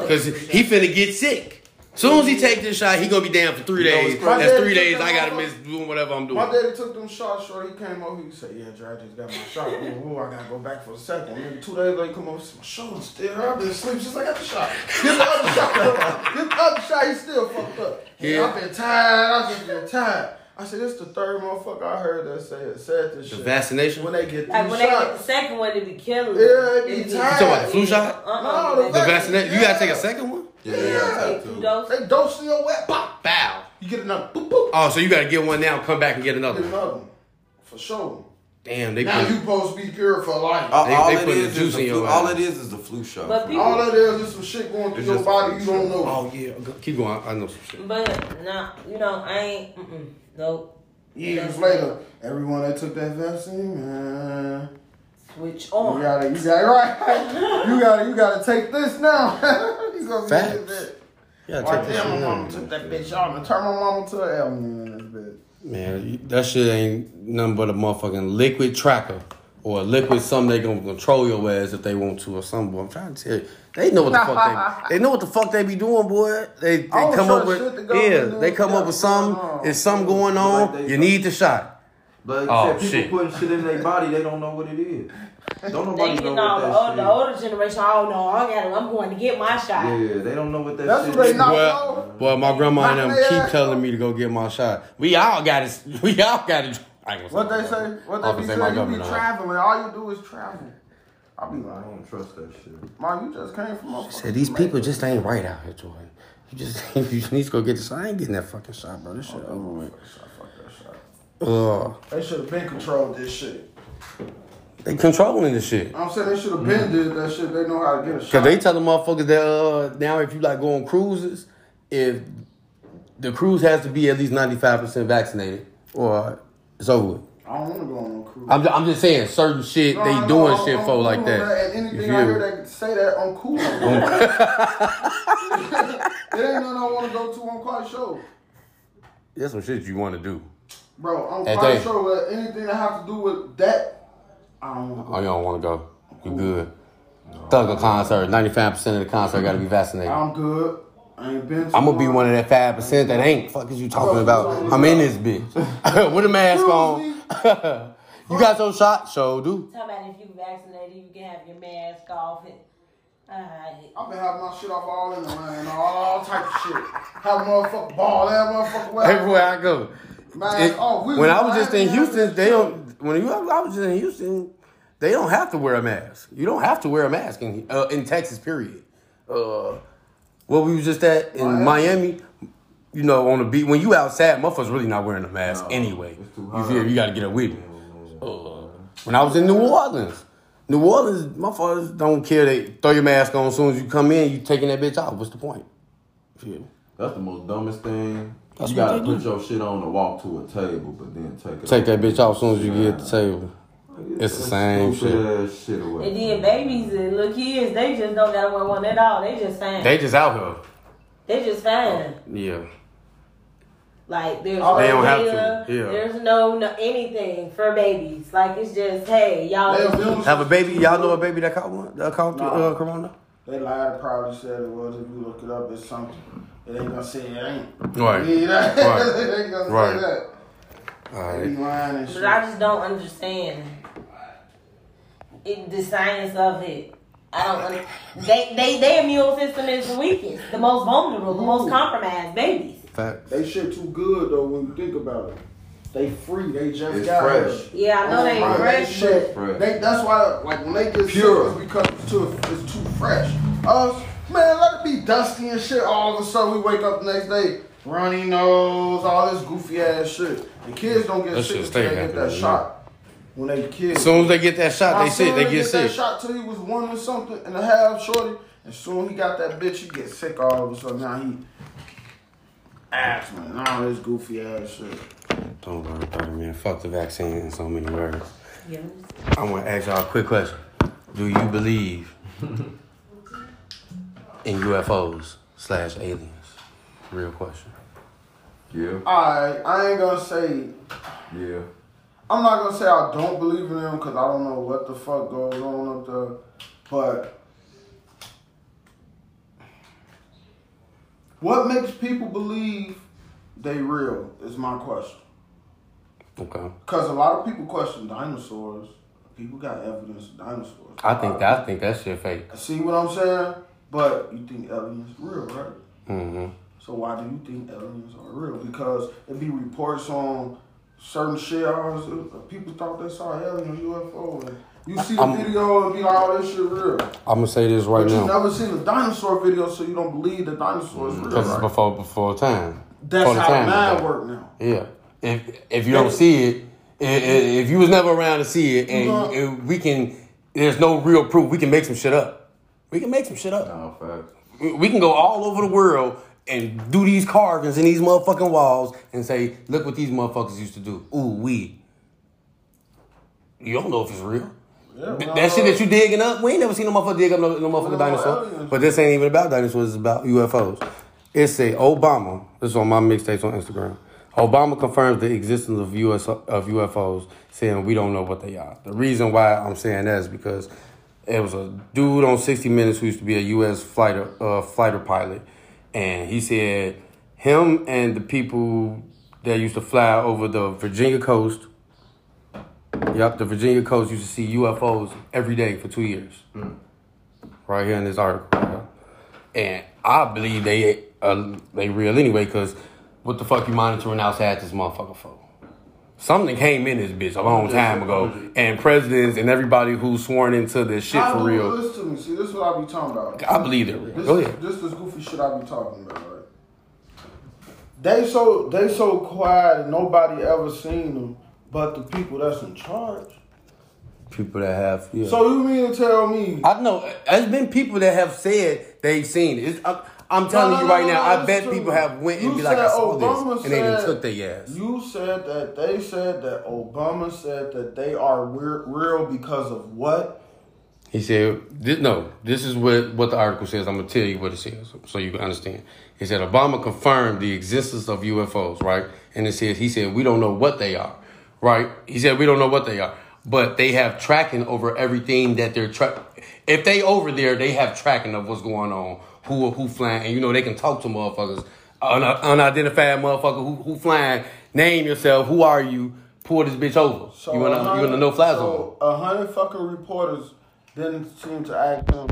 S2: let them shot.
S1: he finna get sick. Soon as he take this shot, he gonna be down for three
S3: You know
S1: days.
S3: what's crazy?
S1: That's
S2: My
S1: three
S2: daddy
S1: days.
S2: took
S1: I
S2: that
S1: gotta miss doing whatever I'm doing.
S2: My daddy took them shots, shorty. He came over. He said, "Yeah, Dre, I just got my shot. Ooh, ooh, I gotta go back for a second. And then two days later, he come over. he said, My shoulder's still hurt. I've been asleep since I got the shot. Get the other shot. Get the other shot. He still fucked up.
S1: Yeah.
S2: Yeah, I've been tired. I've just been tired. I said, this the third motherfucker I heard that said said this
S1: the
S2: shit.
S1: vaccination.
S2: when they get
S4: Like
S2: these
S4: when they get the
S2: shots,
S4: second one, it be killing.
S2: Yeah,
S4: them.
S2: it be
S4: It
S2: tired.
S4: be-
S2: You
S1: talking about the flu shot?
S4: Uh-uh.
S2: No, the
S1: the
S2: vac-
S1: vaccination. You gotta take a second one?
S3: Yeah, yeah, yeah.
S4: Take two doses.
S2: they dose in your wet pop.
S1: Bow.
S2: You get another boop boop.
S1: Oh, so you gotta get one now, come back and get another
S2: Get
S1: one.
S2: another one for sure.
S1: Damn, they
S2: Now
S1: put
S2: you supposed to be pure for life.
S3: All,
S1: They-
S3: all
S1: they
S3: it
S1: putting
S3: is
S1: the juice
S3: is
S1: in
S3: the
S1: your
S3: flu,
S1: ass.
S3: all it is is the flu shot.
S4: But
S3: for
S4: people-
S2: All that is is some shit going through
S3: It's
S2: your
S3: just-
S2: body you don't know.
S1: Oh yeah, go- keep going. I I know some shit.
S4: But nah, you know I ain't. Mm-mm, nope.
S2: Years later, everyone that took that vaccine, man,
S4: Switch
S2: you
S4: on.
S2: gotta, you gotta, right? You gotta, you gotta take this now. you gonna
S1: Facts.
S2: get that.
S1: Yeah,
S2: Right there, my mama took that bitch. I'm gonna turn my mama to an alien in this bitch.
S1: Man, you- that shit ain't nothing but a motherfucking liquid tracker or a liquid something they gonna control your ass if they want to or something. Boy, I'm trying to tell you, they know what the fuck they they know what the fuck they be doing, boy. They they
S2: I was
S1: come
S2: trying
S1: up
S2: to Oh, shit to
S1: with
S2: go
S1: yeah,
S2: in there.
S1: they come up with something.
S2: Yeah,
S1: It's something going
S3: Like
S1: on.
S3: they
S1: you
S3: know.
S1: need the shot.
S3: But
S1: Oh,
S3: except people
S1: shit.
S3: putting shit in their body, they don't know what it is. Don't
S4: They
S3: nobody
S4: getting
S3: know
S4: all the,
S3: what
S4: old, the
S3: that
S4: older generation. Oh no, I got it. I'm going to get my shot.
S3: shit. Yeah, they don't know what that
S2: That's
S3: shit
S2: what they
S3: is.
S2: not-
S1: Well,
S2: no.
S1: well, my grandma and them
S2: Knock their
S1: keep
S2: ass
S1: telling
S2: off.
S1: me to go get my shot. We all got it. We all got it. I ain't gonna
S2: What they
S1: my
S2: say?
S1: grandma.
S2: What
S1: I was
S2: they
S1: gonna
S2: be
S1: say my
S2: saying? You be
S1: grandma, no.
S2: traveling. All you do is travel. I be
S3: I
S2: like,
S3: don't trust that shit.
S2: Mom, you just came from.
S1: So these people just ain't right out here, Jordan. You just you just need to go get this. I ain't getting that fucking shot, bro. This shit over with. Uh,
S2: They should have been controlled this shit.
S1: they controlling this shit.
S2: I'm saying they should have been did that shit. They know how to get a shot.
S1: Mm. Cause they tell the motherfuckers that uh, now if you like go on cruises, if the cruise has to be at least ninety five percent vaccinated, or it's over with.
S2: I don't want to go on no cruise.
S1: I'm, ju- I'm just saying certain shit
S2: No,
S1: they
S2: I know,
S1: doing
S2: I'm-
S1: shit
S2: I'm
S1: for
S2: cool
S1: like
S2: on
S1: that.
S2: And
S1: You
S2: anything
S1: feel
S2: I hear
S1: me?
S2: that say that, I'm cool. on that. it ain't nothing I want to go to on quite show,
S1: That's some shit you want to do.
S2: bro. On
S1: Hey,
S2: quite
S1: Dave.
S2: show, uh, anything that have to do with that, I don't want to.
S1: Oh, you don't want to go. You good? Thug a concert. Ninety five percent of the concert got to be vaccinated.
S2: I'm good. I ain't been. To
S1: I'm gonna be one of that five percent that ain't. Fuck is you talking about? I'm in this bitch with a mask on. you got your shot, so do.
S4: Talking about if you vaccinated, you can have your mask off. And, alright.
S2: I've been having my shit off all in the line, all type of shit. Have a motherfucker ball, have a motherfucker whack.
S1: Everywhere I go.
S2: Man,
S1: It-
S2: oh, we
S1: when
S2: was
S1: I was just in
S2: laughing at
S1: Houston,
S2: this
S1: they
S2: shit.
S1: don't. When you, I was just in Houston, they don't have to wear a mask. You don't have to wear a mask in uh, in Texas. Period. Uh, where we was just at in
S2: Miami.
S1: Miami, you know, on the beat when you outside, motherfuckers really not wearing a mask anyway.
S3: it's too
S1: You
S3: hot.
S1: feel me? you got to get up with me. Uh, When I was in New Orleans, New Orleans, motherfuckers don't care. They throw your mask on as soon as you come in. You taking that bitch off. What's the point? You feel me?
S3: That's the most dumbest thing.
S1: That's
S3: you
S1: what
S3: gotta
S1: they
S3: put your shit on to walk to a table, but then take it.
S1: Take
S3: off.
S1: that bitch off as soon as you get to the table. It's the same
S3: stupid ass shit away.
S4: And then babies and little kids, they just don't gotta wear one at all. They just fine. They,
S1: They just out
S4: just fine.
S1: here. Yeah.
S4: Like there's
S2: They
S4: no
S1: don't have to,
S4: hair,
S1: yeah.
S4: There's no, no anything for babies. Like it's just hey y'all.
S2: They abused-
S1: Have a baby. Y'all know a baby that caught one? That caught uh, corona?
S2: They lied, probably said it was. If you look it up, it's something. It ain't gonna say it ain't.
S1: Right.
S2: Yeah, that-
S1: Right.
S2: it ain't gonna
S1: Right.
S2: say that.
S1: All
S2: They be
S1: right.
S2: lying and
S4: But I
S2: shit.
S4: just don't understand it, the science of it. I don't. under- They they their immune system is the weakest, the most vulnerable, the most compromised babies.
S1: Facts.
S2: They shit too good though when you think about it. They free. They just
S3: It's
S2: got
S3: fresh.
S2: here.
S4: Yeah, I know they ain't
S2: Right, that
S4: fresh, but
S2: shit,
S3: Fresh.
S2: They, that's why, like, when they get
S3: Pure.
S2: sick, it's because it's too, it's too fresh. Us, man, let it be dusty and shit. All of a sudden, we wake up the next day, runny nose, all this goofy ass shit. The kids don't get
S1: That
S2: sick
S1: shit stay
S2: until they get
S1: happening,
S2: that
S1: yeah.
S2: shot. When they kids,
S1: As soon as they get that shot,
S2: My
S1: they sick.
S2: son
S1: They
S2: didn't
S1: get
S2: that
S1: sick.
S2: shot till he was one or something and a half shorty. And soon he got that bitch, he get sick all of a sudden. Now he asthma and all this goofy ass shit.
S1: Don't worry about it, man. Fuck the vaccine in so many words.
S4: yeah.
S1: I want to ask y'all a quick question. Do you believe in UFOs slash aliens? Real question.
S3: yeah,
S2: Alright, I ain't gonna say
S3: yeah.
S2: I'm not gonna say I don't believe in them because I don't know what the fuck goes on up there, but what makes people believe they real is my question.
S1: Okay.
S2: Because a lot of people question dinosaurs. People got evidence of dinosaurs.
S1: I think that I think that shit fake.
S2: See what I'm saying? But you think aliens real, right?
S1: hmm
S2: So why do you think aliens are real? Because it be reports on certain shit. I was- uh, People thought they saw alien UFO. And you see the
S1: I'm-
S2: video and be like, "Oh, this shit real,"
S1: I'm gonna say this right
S2: but you
S1: now
S2: never seen the dinosaur video, so you don't believe the dinosaur is real.
S1: Mm-hmm. because it's
S2: Right?
S1: before before time.
S2: That's
S1: before the
S2: how
S1: time is
S2: mind
S1: done.
S2: work now.
S1: Yeah. If if you don't see it, i- i- if you was never around to see it, and
S2: No.
S1: and we can, there's no real proof. We can make some shit up. We can make some shit up.
S3: Nah, fact.
S1: We we can go all over the world and do these carvings in these motherfucking walls and say, look what these motherfuckers used to do. Ooh, we. You don't know if it's real.
S2: Yeah,
S1: Th-
S2: well,
S1: that shit that you digging up, we ain't never seen no motherfucker dig up no, no motherfucking
S2: about
S1: dinosaur.
S2: aliens?
S1: But this ain't even about dinosaurs, it's about UFOs. It's a Obama, this is on my mixtapes on Instagram. Obama confirms the existence of US of UFOs, saying we don't know what they are. The reason why I'm saying that is because it was a dude on 60 Minutes who used to be a US fighter uh, fighter pilot, and he said him and the people that used to fly over the Virginia coast Yep, the Virginia coast used to see UFOs every day for two years. Right here in this article. yeah. And I believe they uh, they real anyway, because what the fuck you monitoring outside this motherfucker for? Something came in this bitch a long time ago, and presidents and everybody who's sworn into this shit
S2: How
S1: for
S2: do you
S1: real.
S2: Listen to me. See, this is what I be talking about.
S1: I believe they're real.
S2: This,
S1: Go ahead.
S2: This is goofy shit I be talking about, right? They so they so quiet and nobody ever seen them, but the people that's in charge.
S1: People that have yeah.
S2: So you mean to tell me?
S1: I know there's been people that have said they've seen it. It's, I, I'm telling
S2: No, no,
S1: you right
S2: no,
S1: now,
S2: no,
S1: I
S2: it's
S1: bet
S2: true.
S1: people have went and
S2: You
S1: be like, I
S2: said
S1: saw
S2: Obama
S1: this, and they didn't
S2: said-
S1: took their ass.
S2: You said that they said that Obama said that they are weir- real because of what?
S1: He said, thi- no, this is what, what the article says. I'm going to tell you what it says so you can understand. He said, Obama confirmed the existence of UFOs, right? And it says, he said, we don't know what they are, right? He said, we don't know what they are, but they have tracking over everything that they're tra- If they over there, they have tracking of what's going on, who who flying, and you know, they can talk to motherfuckers, un- unidentified motherfucker who, who flying, name yourself, who are you, pull this bitch over. you want to you in the no fly zone.
S2: So a hundred fucking reporters didn't seem to ask them.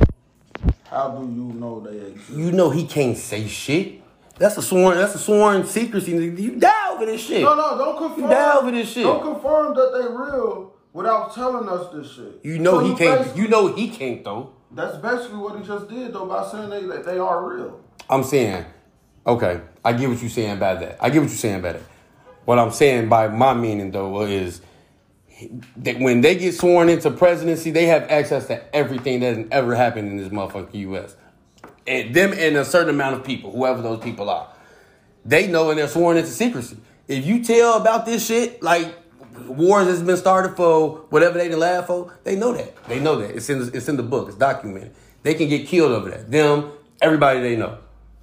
S2: How do you know they exist?
S1: You know he can't say shit. That's a sworn. That's a sworn secrecy. You die over this shit.
S2: No, no, don't confirm.
S1: down with this shit.
S2: Don't confirm that they real without telling us this shit.
S1: You know
S2: So
S1: he can't.
S2: basi-
S1: You know he can't though.
S2: that's basically what he just did though by saying they that they are real.
S1: I'm saying Okay, I get what you're saying by that. I get what you're saying by that. What I'm saying by my meaning though is that when they get sworn into presidency, they have access to everything that has ever happened in this motherfucking U.S. And them and a certain amount of people, whoever those people are, they know and they're sworn into secrecy. If you tell about this shit, like wars that's been started for whatever they done laugh for, they know that. They know that. It's in it's in the book. It's documented. They can get killed over that. Them, everybody they know.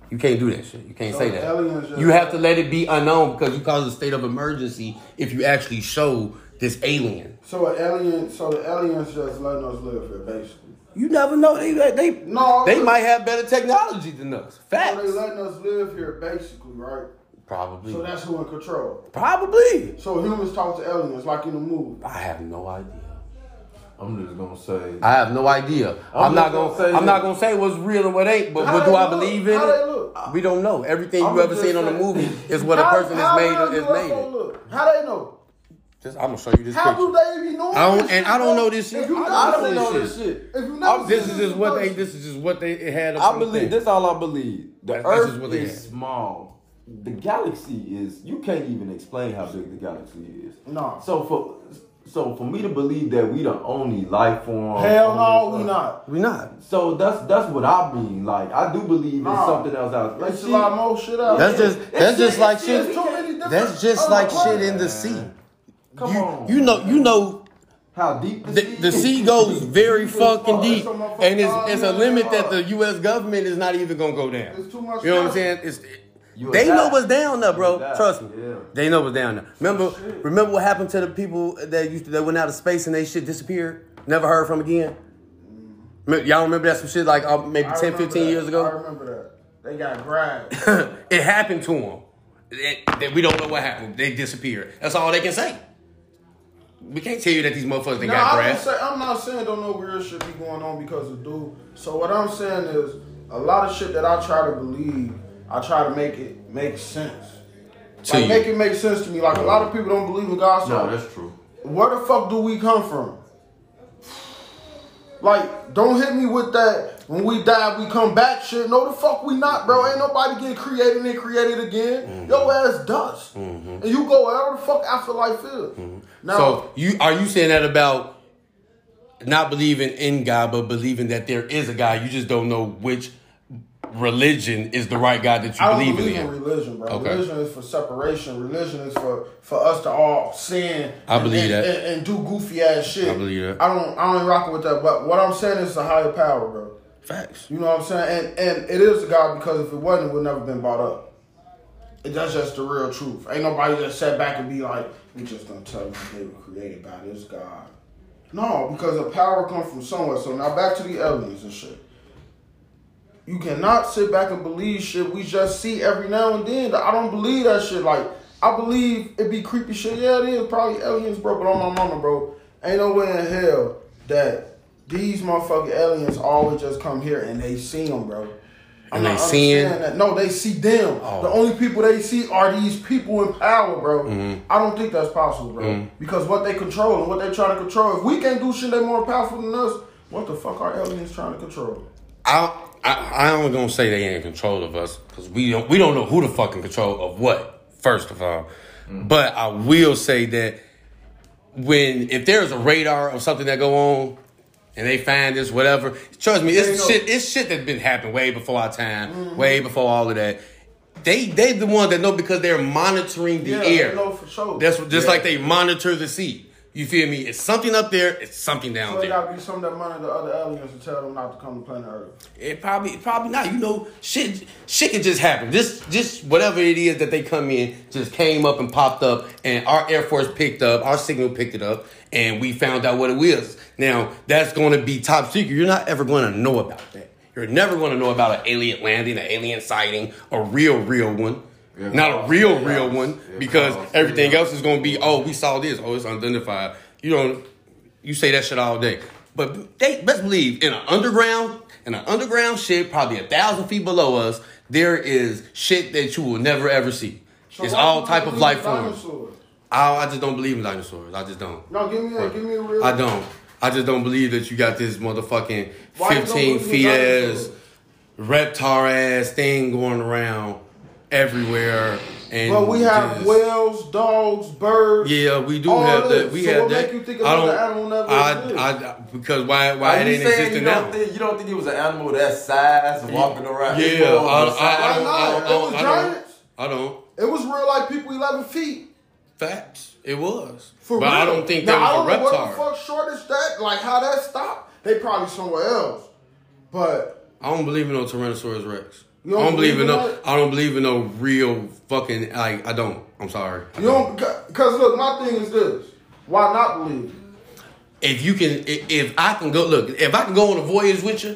S1: You can't do that shit. You can't say
S2: aliens
S1: that.
S2: just-
S1: You have to let it be unknown because you cause a state of emergency if you actually show this alien.
S2: So an alien, so the aliens just letting us live here, basically.
S1: You never know. They they
S2: No,
S1: they
S2: but-
S1: might have better technology than us.
S2: So they
S1: Facts.
S2: letting us live here, basically, right?
S1: Probably.
S2: So that's who in control.
S1: Probably.
S2: So humans talk to aliens, like in the movie.
S1: I have no idea.
S3: I'm just gonna say.
S1: I have no idea. I'm,
S3: I'm
S1: not
S3: just gonna
S1: gonna.
S3: say
S1: I'm
S3: this.
S1: not gonna say what's real and what ain't. But
S2: How
S1: what
S2: they
S1: do I
S2: look?
S1: believe in
S2: How they
S1: it?
S2: look?
S1: We don't know. Everything
S2: I'm
S1: you ever
S2: just
S1: seen on a
S2: saying-
S1: movie is what a person has
S2: real
S1: made. Is
S2: UFO
S1: made it.
S2: Look? How they know?
S1: Just, I'm gonna show you this
S2: How do
S1: picture.
S2: they even know?
S1: I don't-
S2: this
S1: and
S2: shit,
S1: I don't
S2: bro?
S1: know this shit.
S2: If you
S1: I-
S2: never
S3: I
S2: seen
S3: don't know
S2: this
S3: this shit.
S2: If you
S3: I'm-
S2: never
S1: This
S2: seen
S1: is just what they.
S2: information-
S1: This is just what they it had. up
S3: I
S1: on the
S3: believe
S1: thing.
S3: that's all I believe. The
S1: That's- that's
S3: Earth
S1: just what they
S3: is
S1: had.
S3: small. The galaxy is. You can't even explain how big the galaxy is.
S2: No.
S3: So for so for me to believe that we the only life
S1: Oh,
S3: form.
S2: Hell
S3: on
S2: no,
S3: this
S2: we
S3: earth.
S2: not.
S1: We not.
S3: So that's that's what I mean. Like I do believe
S2: Nah.
S3: it's something else out. Like
S2: It's a
S3: she-
S2: lot more shit out.
S1: That's
S2: there.
S1: just. That's just like
S2: There's
S1: shit.
S2: too many different Oh
S1: That's just
S2: other
S1: like shit
S2: planets.
S1: in the sea.
S3: Come
S1: you,
S3: on.
S1: you know. You know.
S3: how deep
S1: The,
S3: the, sea
S1: the
S3: is.
S1: sea goes very fucking deep, and it's, it's a limit that the
S2: It's
S1: U.S. government is not even gonna go down.
S2: It's too much
S1: You know what I'm
S2: stuff.
S1: saying? It's
S3: You a
S1: they
S3: guy.
S1: know what's down there,
S3: You
S1: bro.
S3: a guy.
S1: Trust me,
S3: Yeah.
S1: they know what's down there. Remember, remember what happened to the people that used to, that went out of space and they shit disappeared, never heard from again.
S3: Mm.
S1: Me- Y'all remember that some shit like uh, maybe
S2: I
S1: 10,
S2: remember
S1: 15
S2: that.
S1: years
S2: I
S1: ago?
S2: remember that. They got grabbed.
S1: it happened to them. that we don't know what happened. They disappeared. That's all they can say. We can't tell you that these motherfuckers they
S2: No,
S1: got
S2: I'm,
S1: grabbed.
S2: just say, I'm not saying don't know weird shit be going on because of dude. So what I'm saying is a lot of shit that I try to believe, I try to make it make sense.
S1: To
S2: like
S1: you.
S2: make it make sense to me. Like a lot of people don't believe in God. So
S3: No, that's true.
S2: where the fuck do we come from? Like, don't hit me with that. When we die, we come back. Shit, no, the fuck we not, bro. Ain't nobody getting created and created again.
S1: Mm-hmm.
S2: Your ass dust, and you go wherever the fuck afterlife is. Now,
S1: Mm-hmm. So you are you saying that about not believing in God, but believing that there is a God? You just don't know which religion is the right God that you
S2: I don't
S1: believe,
S2: believe
S1: in.
S2: in religion, bro.
S1: Okay.
S2: Religion is for separation. Religion is for for us to all sin.
S1: I
S2: and-
S1: believe
S2: and,
S1: that.
S2: and, and do goofy ass shit.
S1: I believe that.
S2: I don't. I don't rock with that. But what I'm saying is a higher power, bro.
S1: Facts.
S2: You know what I'm saying? And and it is a God because if it wasn't, it would never been brought up. And that's just the real truth. Ain't nobody just sat back and be like, "We just gonna tell you they were created by this God." No, because the power comes from somewhere. So now back to the aliens and shit. You cannot sit back and believe shit we just see every now and then. I don't believe that shit. Like, I believe it be creepy shit. Yeah, it is probably aliens, bro. But on my mama, bro, ain't no way in hell that these motherfucking aliens always just come here and they see them, bro. I'm
S1: And they Oh.
S2: not
S1: seeing-
S2: understanding that. No, they see them. The only people they see are these people in power, bro.
S1: Mm-hmm.
S2: I don't think that's possible, bro. Because what they control and what they trying to control. If we can't do shit, they more powerful than us. What the fuck are aliens trying to control?
S1: I I, I only gonna say they ain't in control of us because we don't we don't know who the fuck in control of what. First of all,
S2: Mm.
S1: but I will say that when if there's a radar of something that go on and they find this whatever, trust me,
S2: They
S1: it's
S2: know. Mm-hmm.
S1: shit. It's shit that's been happening way before our time, way before all of that. They they the ones that know because they're monitoring the
S2: Yeah,
S1: air.
S2: no, for sure.
S1: That's what- just
S2: Yeah.
S1: like they monitor the sea. You feel me? It's something up there. It's something down
S2: So it
S1: there.
S2: gotta be some that monitor the other aliens and tell them not to come to planet Earth.
S1: It probably it probably not. You know, shit shit can just happen. Just just whatever it is that they come in just came up and popped up and our Air Force picked up, our signal picked it up, and we found out what it was. Now that's gonna be top secret. You're not ever gonna know about that. You're never gonna know about an alien landing, an alien sighting, a real, real one.
S3: Yeah.
S1: Not a real, real
S3: Yeah.
S1: one,
S3: Yeah.
S1: because
S3: Yeah.
S1: everything else is gonna be, oh, we saw this, oh, it's unidentified. You don't you say that shit all day. But they best believe in an underground, in an underground shit, probably a thousand feet below us, there is shit that you will never ever see.
S2: So
S1: it's
S2: why
S1: all
S2: do
S1: type
S2: you
S1: of
S2: believe
S1: life forms.
S2: dinosaurs?
S1: I, I just don't believe in dinosaurs. I just don't.
S2: No, give me a give me a real.
S1: I don't. I just don't believe that you got this motherfucking
S2: Why you don't
S1: fifteen
S2: believe in
S1: feet ass
S2: dinosaurs?
S1: reptar ass thing going around everywhere. And
S2: But we have
S1: just-
S2: whales, dogs, birds.
S1: Yeah, we do
S2: all
S1: have
S2: this.
S1: that. We
S2: so
S1: have
S2: what
S1: that.
S2: Make you think
S1: I
S2: another animal never
S1: don't.
S2: existed?
S1: I, I, I because why why
S3: Are
S1: it
S3: you
S1: ain't
S3: saying you
S1: existing now?
S3: don't, think, you don't think it was an animal that size walking around?
S1: Yeah,
S3: It's more of a
S1: I- I- don't- I don't-
S2: Why not? it was
S1: I don't-
S2: giants.
S1: I don't.
S2: It was real like people eleven feet.
S1: Facts. It was.
S2: For
S1: but
S2: real.
S1: I don't think
S2: now,
S1: that was
S2: I
S1: a
S2: don't know
S1: reptile.
S2: What the fuck shortage that? Like how that stopped? They probably somewhere else. But
S1: I don't believe in no Tyrannosaurus Rex.
S2: You don't
S1: I don't believe in
S2: believe in
S1: no.
S2: that?
S1: I don't believe in no real fucking. Like I don't. I'm sorry. I
S2: you don't because look, my thing is this: why not believe? it?
S1: If you can, i- if I can go look, if I can go on a voyage with you,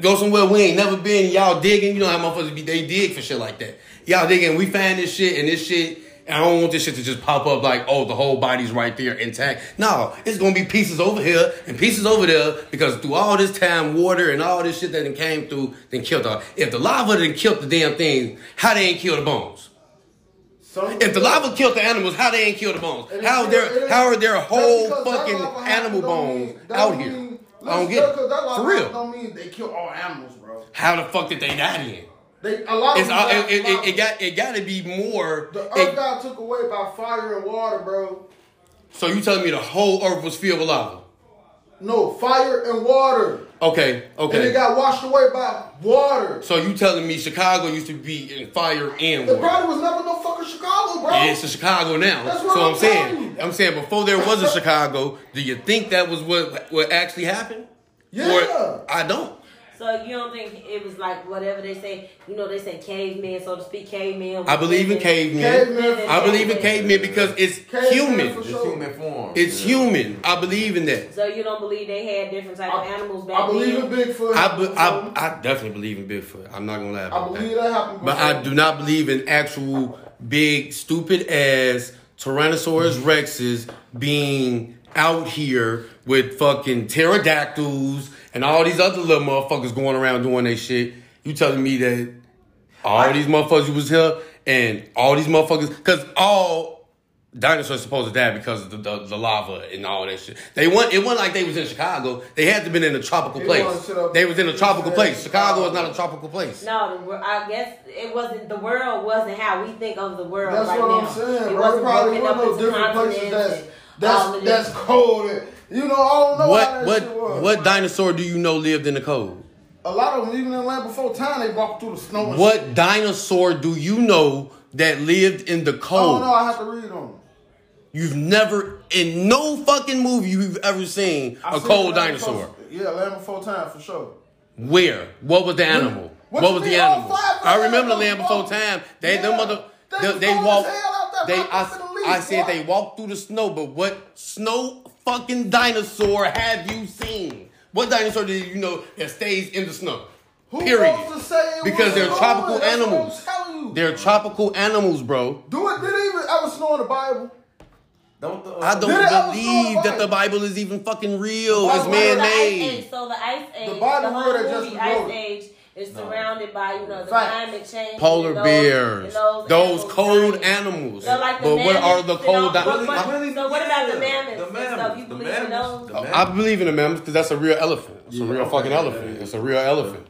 S1: go somewhere we ain't never been. Y'all digging. You know how motherfuckers be. They dig for shit like that. Y'all digging. We find this shit and this shit. And I don't want this shit to just pop up like, oh, the whole body's right there intact. No, it's gonna be pieces over here and pieces over there because through all this time, water and all this shit that done came through, then killed all. If the lava done killed the damn thing, how they ain't kill the bones?
S2: Some-
S1: If the lava killed the animals, how they ain't killed the bones?
S2: It ain't-
S1: How
S2: it
S1: there
S2: ain't-
S1: how are there
S2: just
S1: whole
S2: because that
S1: fucking
S2: lava house
S1: animal
S2: don't mean-
S1: bones
S2: that
S1: out
S2: don't
S1: here?
S2: mean-
S1: I don't
S2: listen,
S1: get it.
S2: because that lava
S1: For
S2: house
S1: real.
S2: Don't mean they kill all animals, bro.
S1: How the fuck did they die then?
S2: They a lot
S1: It's,
S2: of
S1: uh,
S2: them
S1: it, it, it, it
S2: lava.
S1: got it got to be more.
S2: the earth
S1: it-
S2: got took away by fire and water, bro.
S1: so you telling me the whole earth was filled with lava?
S2: No fire and water,
S1: Okay,
S2: and it
S1: okay.
S2: got washed away by water.
S1: So you telling me Chicago used to be in fire and
S2: It
S1: water?
S2: probably was never no fucking Chicago, bro.
S1: Yeah, It's a Chicago now.
S2: That's what
S1: so
S2: I'm
S1: I'm,
S2: telling
S1: saying,
S2: you.
S1: I'm saying before there was a Chicago, do you think that was what what actually happened?
S2: Yeah.
S1: Or, I don't.
S4: So you don't think it was like whatever they say? You know, they say cavemen, so to speak, cavemen.
S1: I believe in cavemen.
S2: Cavemen.
S1: I believe in cavemen because it's
S2: Cavemen for
S1: human.
S3: It's
S2: sure.
S3: human form.
S1: It's
S3: Yeah.
S1: human. I believe in that.
S4: So you don't believe they had different type of animals back
S2: I believe
S4: then?
S2: in Bigfoot.
S1: I, be, I, I definitely believe in Bigfoot. I'm not gonna lie
S2: I
S1: about
S2: believe
S1: that.
S2: that happened.
S1: But I do not believe in actual big stupid ass Tyrannosaurus Rexes being out here with fucking pterodactyls and all these other little motherfuckers going around doing their shit. You telling me that all these motherfuckers was here and all these motherfuckers because all dinosaurs supposed to die because of the, the, the lava and all that shit. They went it wasn't like they was in Chicago. They had to been in a tropical
S2: They wanna
S1: place.
S2: sit up- uh,
S1: They was in a tropical
S2: Yeah.
S1: place. Chicago is not a tropical place.
S4: No, the, wor- I guess it wasn't. The world wasn't how we think of the world.
S2: That's
S4: right
S2: what I'm
S4: now.
S2: saying,
S4: It
S2: bro. It
S4: wasn't
S2: probably
S4: broken
S2: one of
S4: up
S2: those
S4: into
S2: different places
S4: continents
S2: that's
S4: and all
S2: that's
S4: of
S2: that's
S4: this.
S2: cold. And, you know, I don't know how
S1: What
S2: that shit
S1: what
S2: was.
S1: what dinosaur do you know lived in the cold?
S2: A lot of them even in land before time. They walked through the snow. And Shit.
S1: What dinosaur do you know that lived in the
S2: I don't know.
S1: cold?
S2: Oh, I have to read them.
S1: You've never in no fucking movie you've ever seen
S2: I
S1: a
S2: seen
S1: cold
S2: Land Before-
S1: dinosaur.
S2: yeah, land before time for sure.
S1: Where? What was the animal? What,
S2: what you
S1: was the
S2: mean all
S1: animal?
S2: five of
S1: I
S2: them
S1: remember the
S2: was
S1: land before
S2: both?
S1: time. They them
S2: Yeah.
S1: mother
S2: They
S1: they,
S2: was
S1: they
S2: cold as
S1: walked.
S2: hell out that
S1: They
S2: motherfucking
S1: I,
S2: leaf,
S1: I said
S2: boy.
S1: they walked through the snow, but what snow fucking dinosaur have you seen? What dinosaur did you know that stays in the snow?
S2: Who
S1: Period.
S2: knows to say it
S1: Because
S2: was
S1: they're
S2: snowing?
S1: tropical
S2: That's what I'm
S1: animals.
S2: telling you.
S1: They're tropical animals, bro.
S2: Do it? Did it even ever snow in the Bible?
S3: Don't the,
S1: I don't
S2: Did it ever
S1: believe that
S2: snow
S1: the
S2: in the
S1: Bible is even fucking real.
S2: The
S1: It's
S2: Bible-
S1: man
S4: the Ice
S1: made.
S4: Age, so the Ice Age,
S2: The
S4: the,
S2: Bible
S4: whole
S2: wrote it
S4: movie,
S2: just wrote
S4: Ice
S2: it.
S4: Age is surrounded by you know the
S2: Facts.
S4: climate change,
S1: Polar
S4: and those-
S1: bears,
S4: and those,
S1: those
S4: animals
S1: cold
S4: dying.
S1: animals.
S4: So like the
S1: but what
S4: mammoths
S1: are the
S4: and
S1: cold?
S4: all-
S1: Di-
S4: what-
S1: I-
S4: so what about the mammoths
S3: The
S4: and stuff?
S3: mammoths.
S4: You
S3: the
S4: believe in
S3: mammoths,
S4: those?
S3: the
S4: I
S1: I
S3: mammoths.
S1: believe in the mammoths because that's a real elephant. It's a
S3: Yeah,
S1: real
S3: okay,
S1: fucking
S3: yeah,
S1: elephant.
S3: yeah.
S1: It's a real elephant.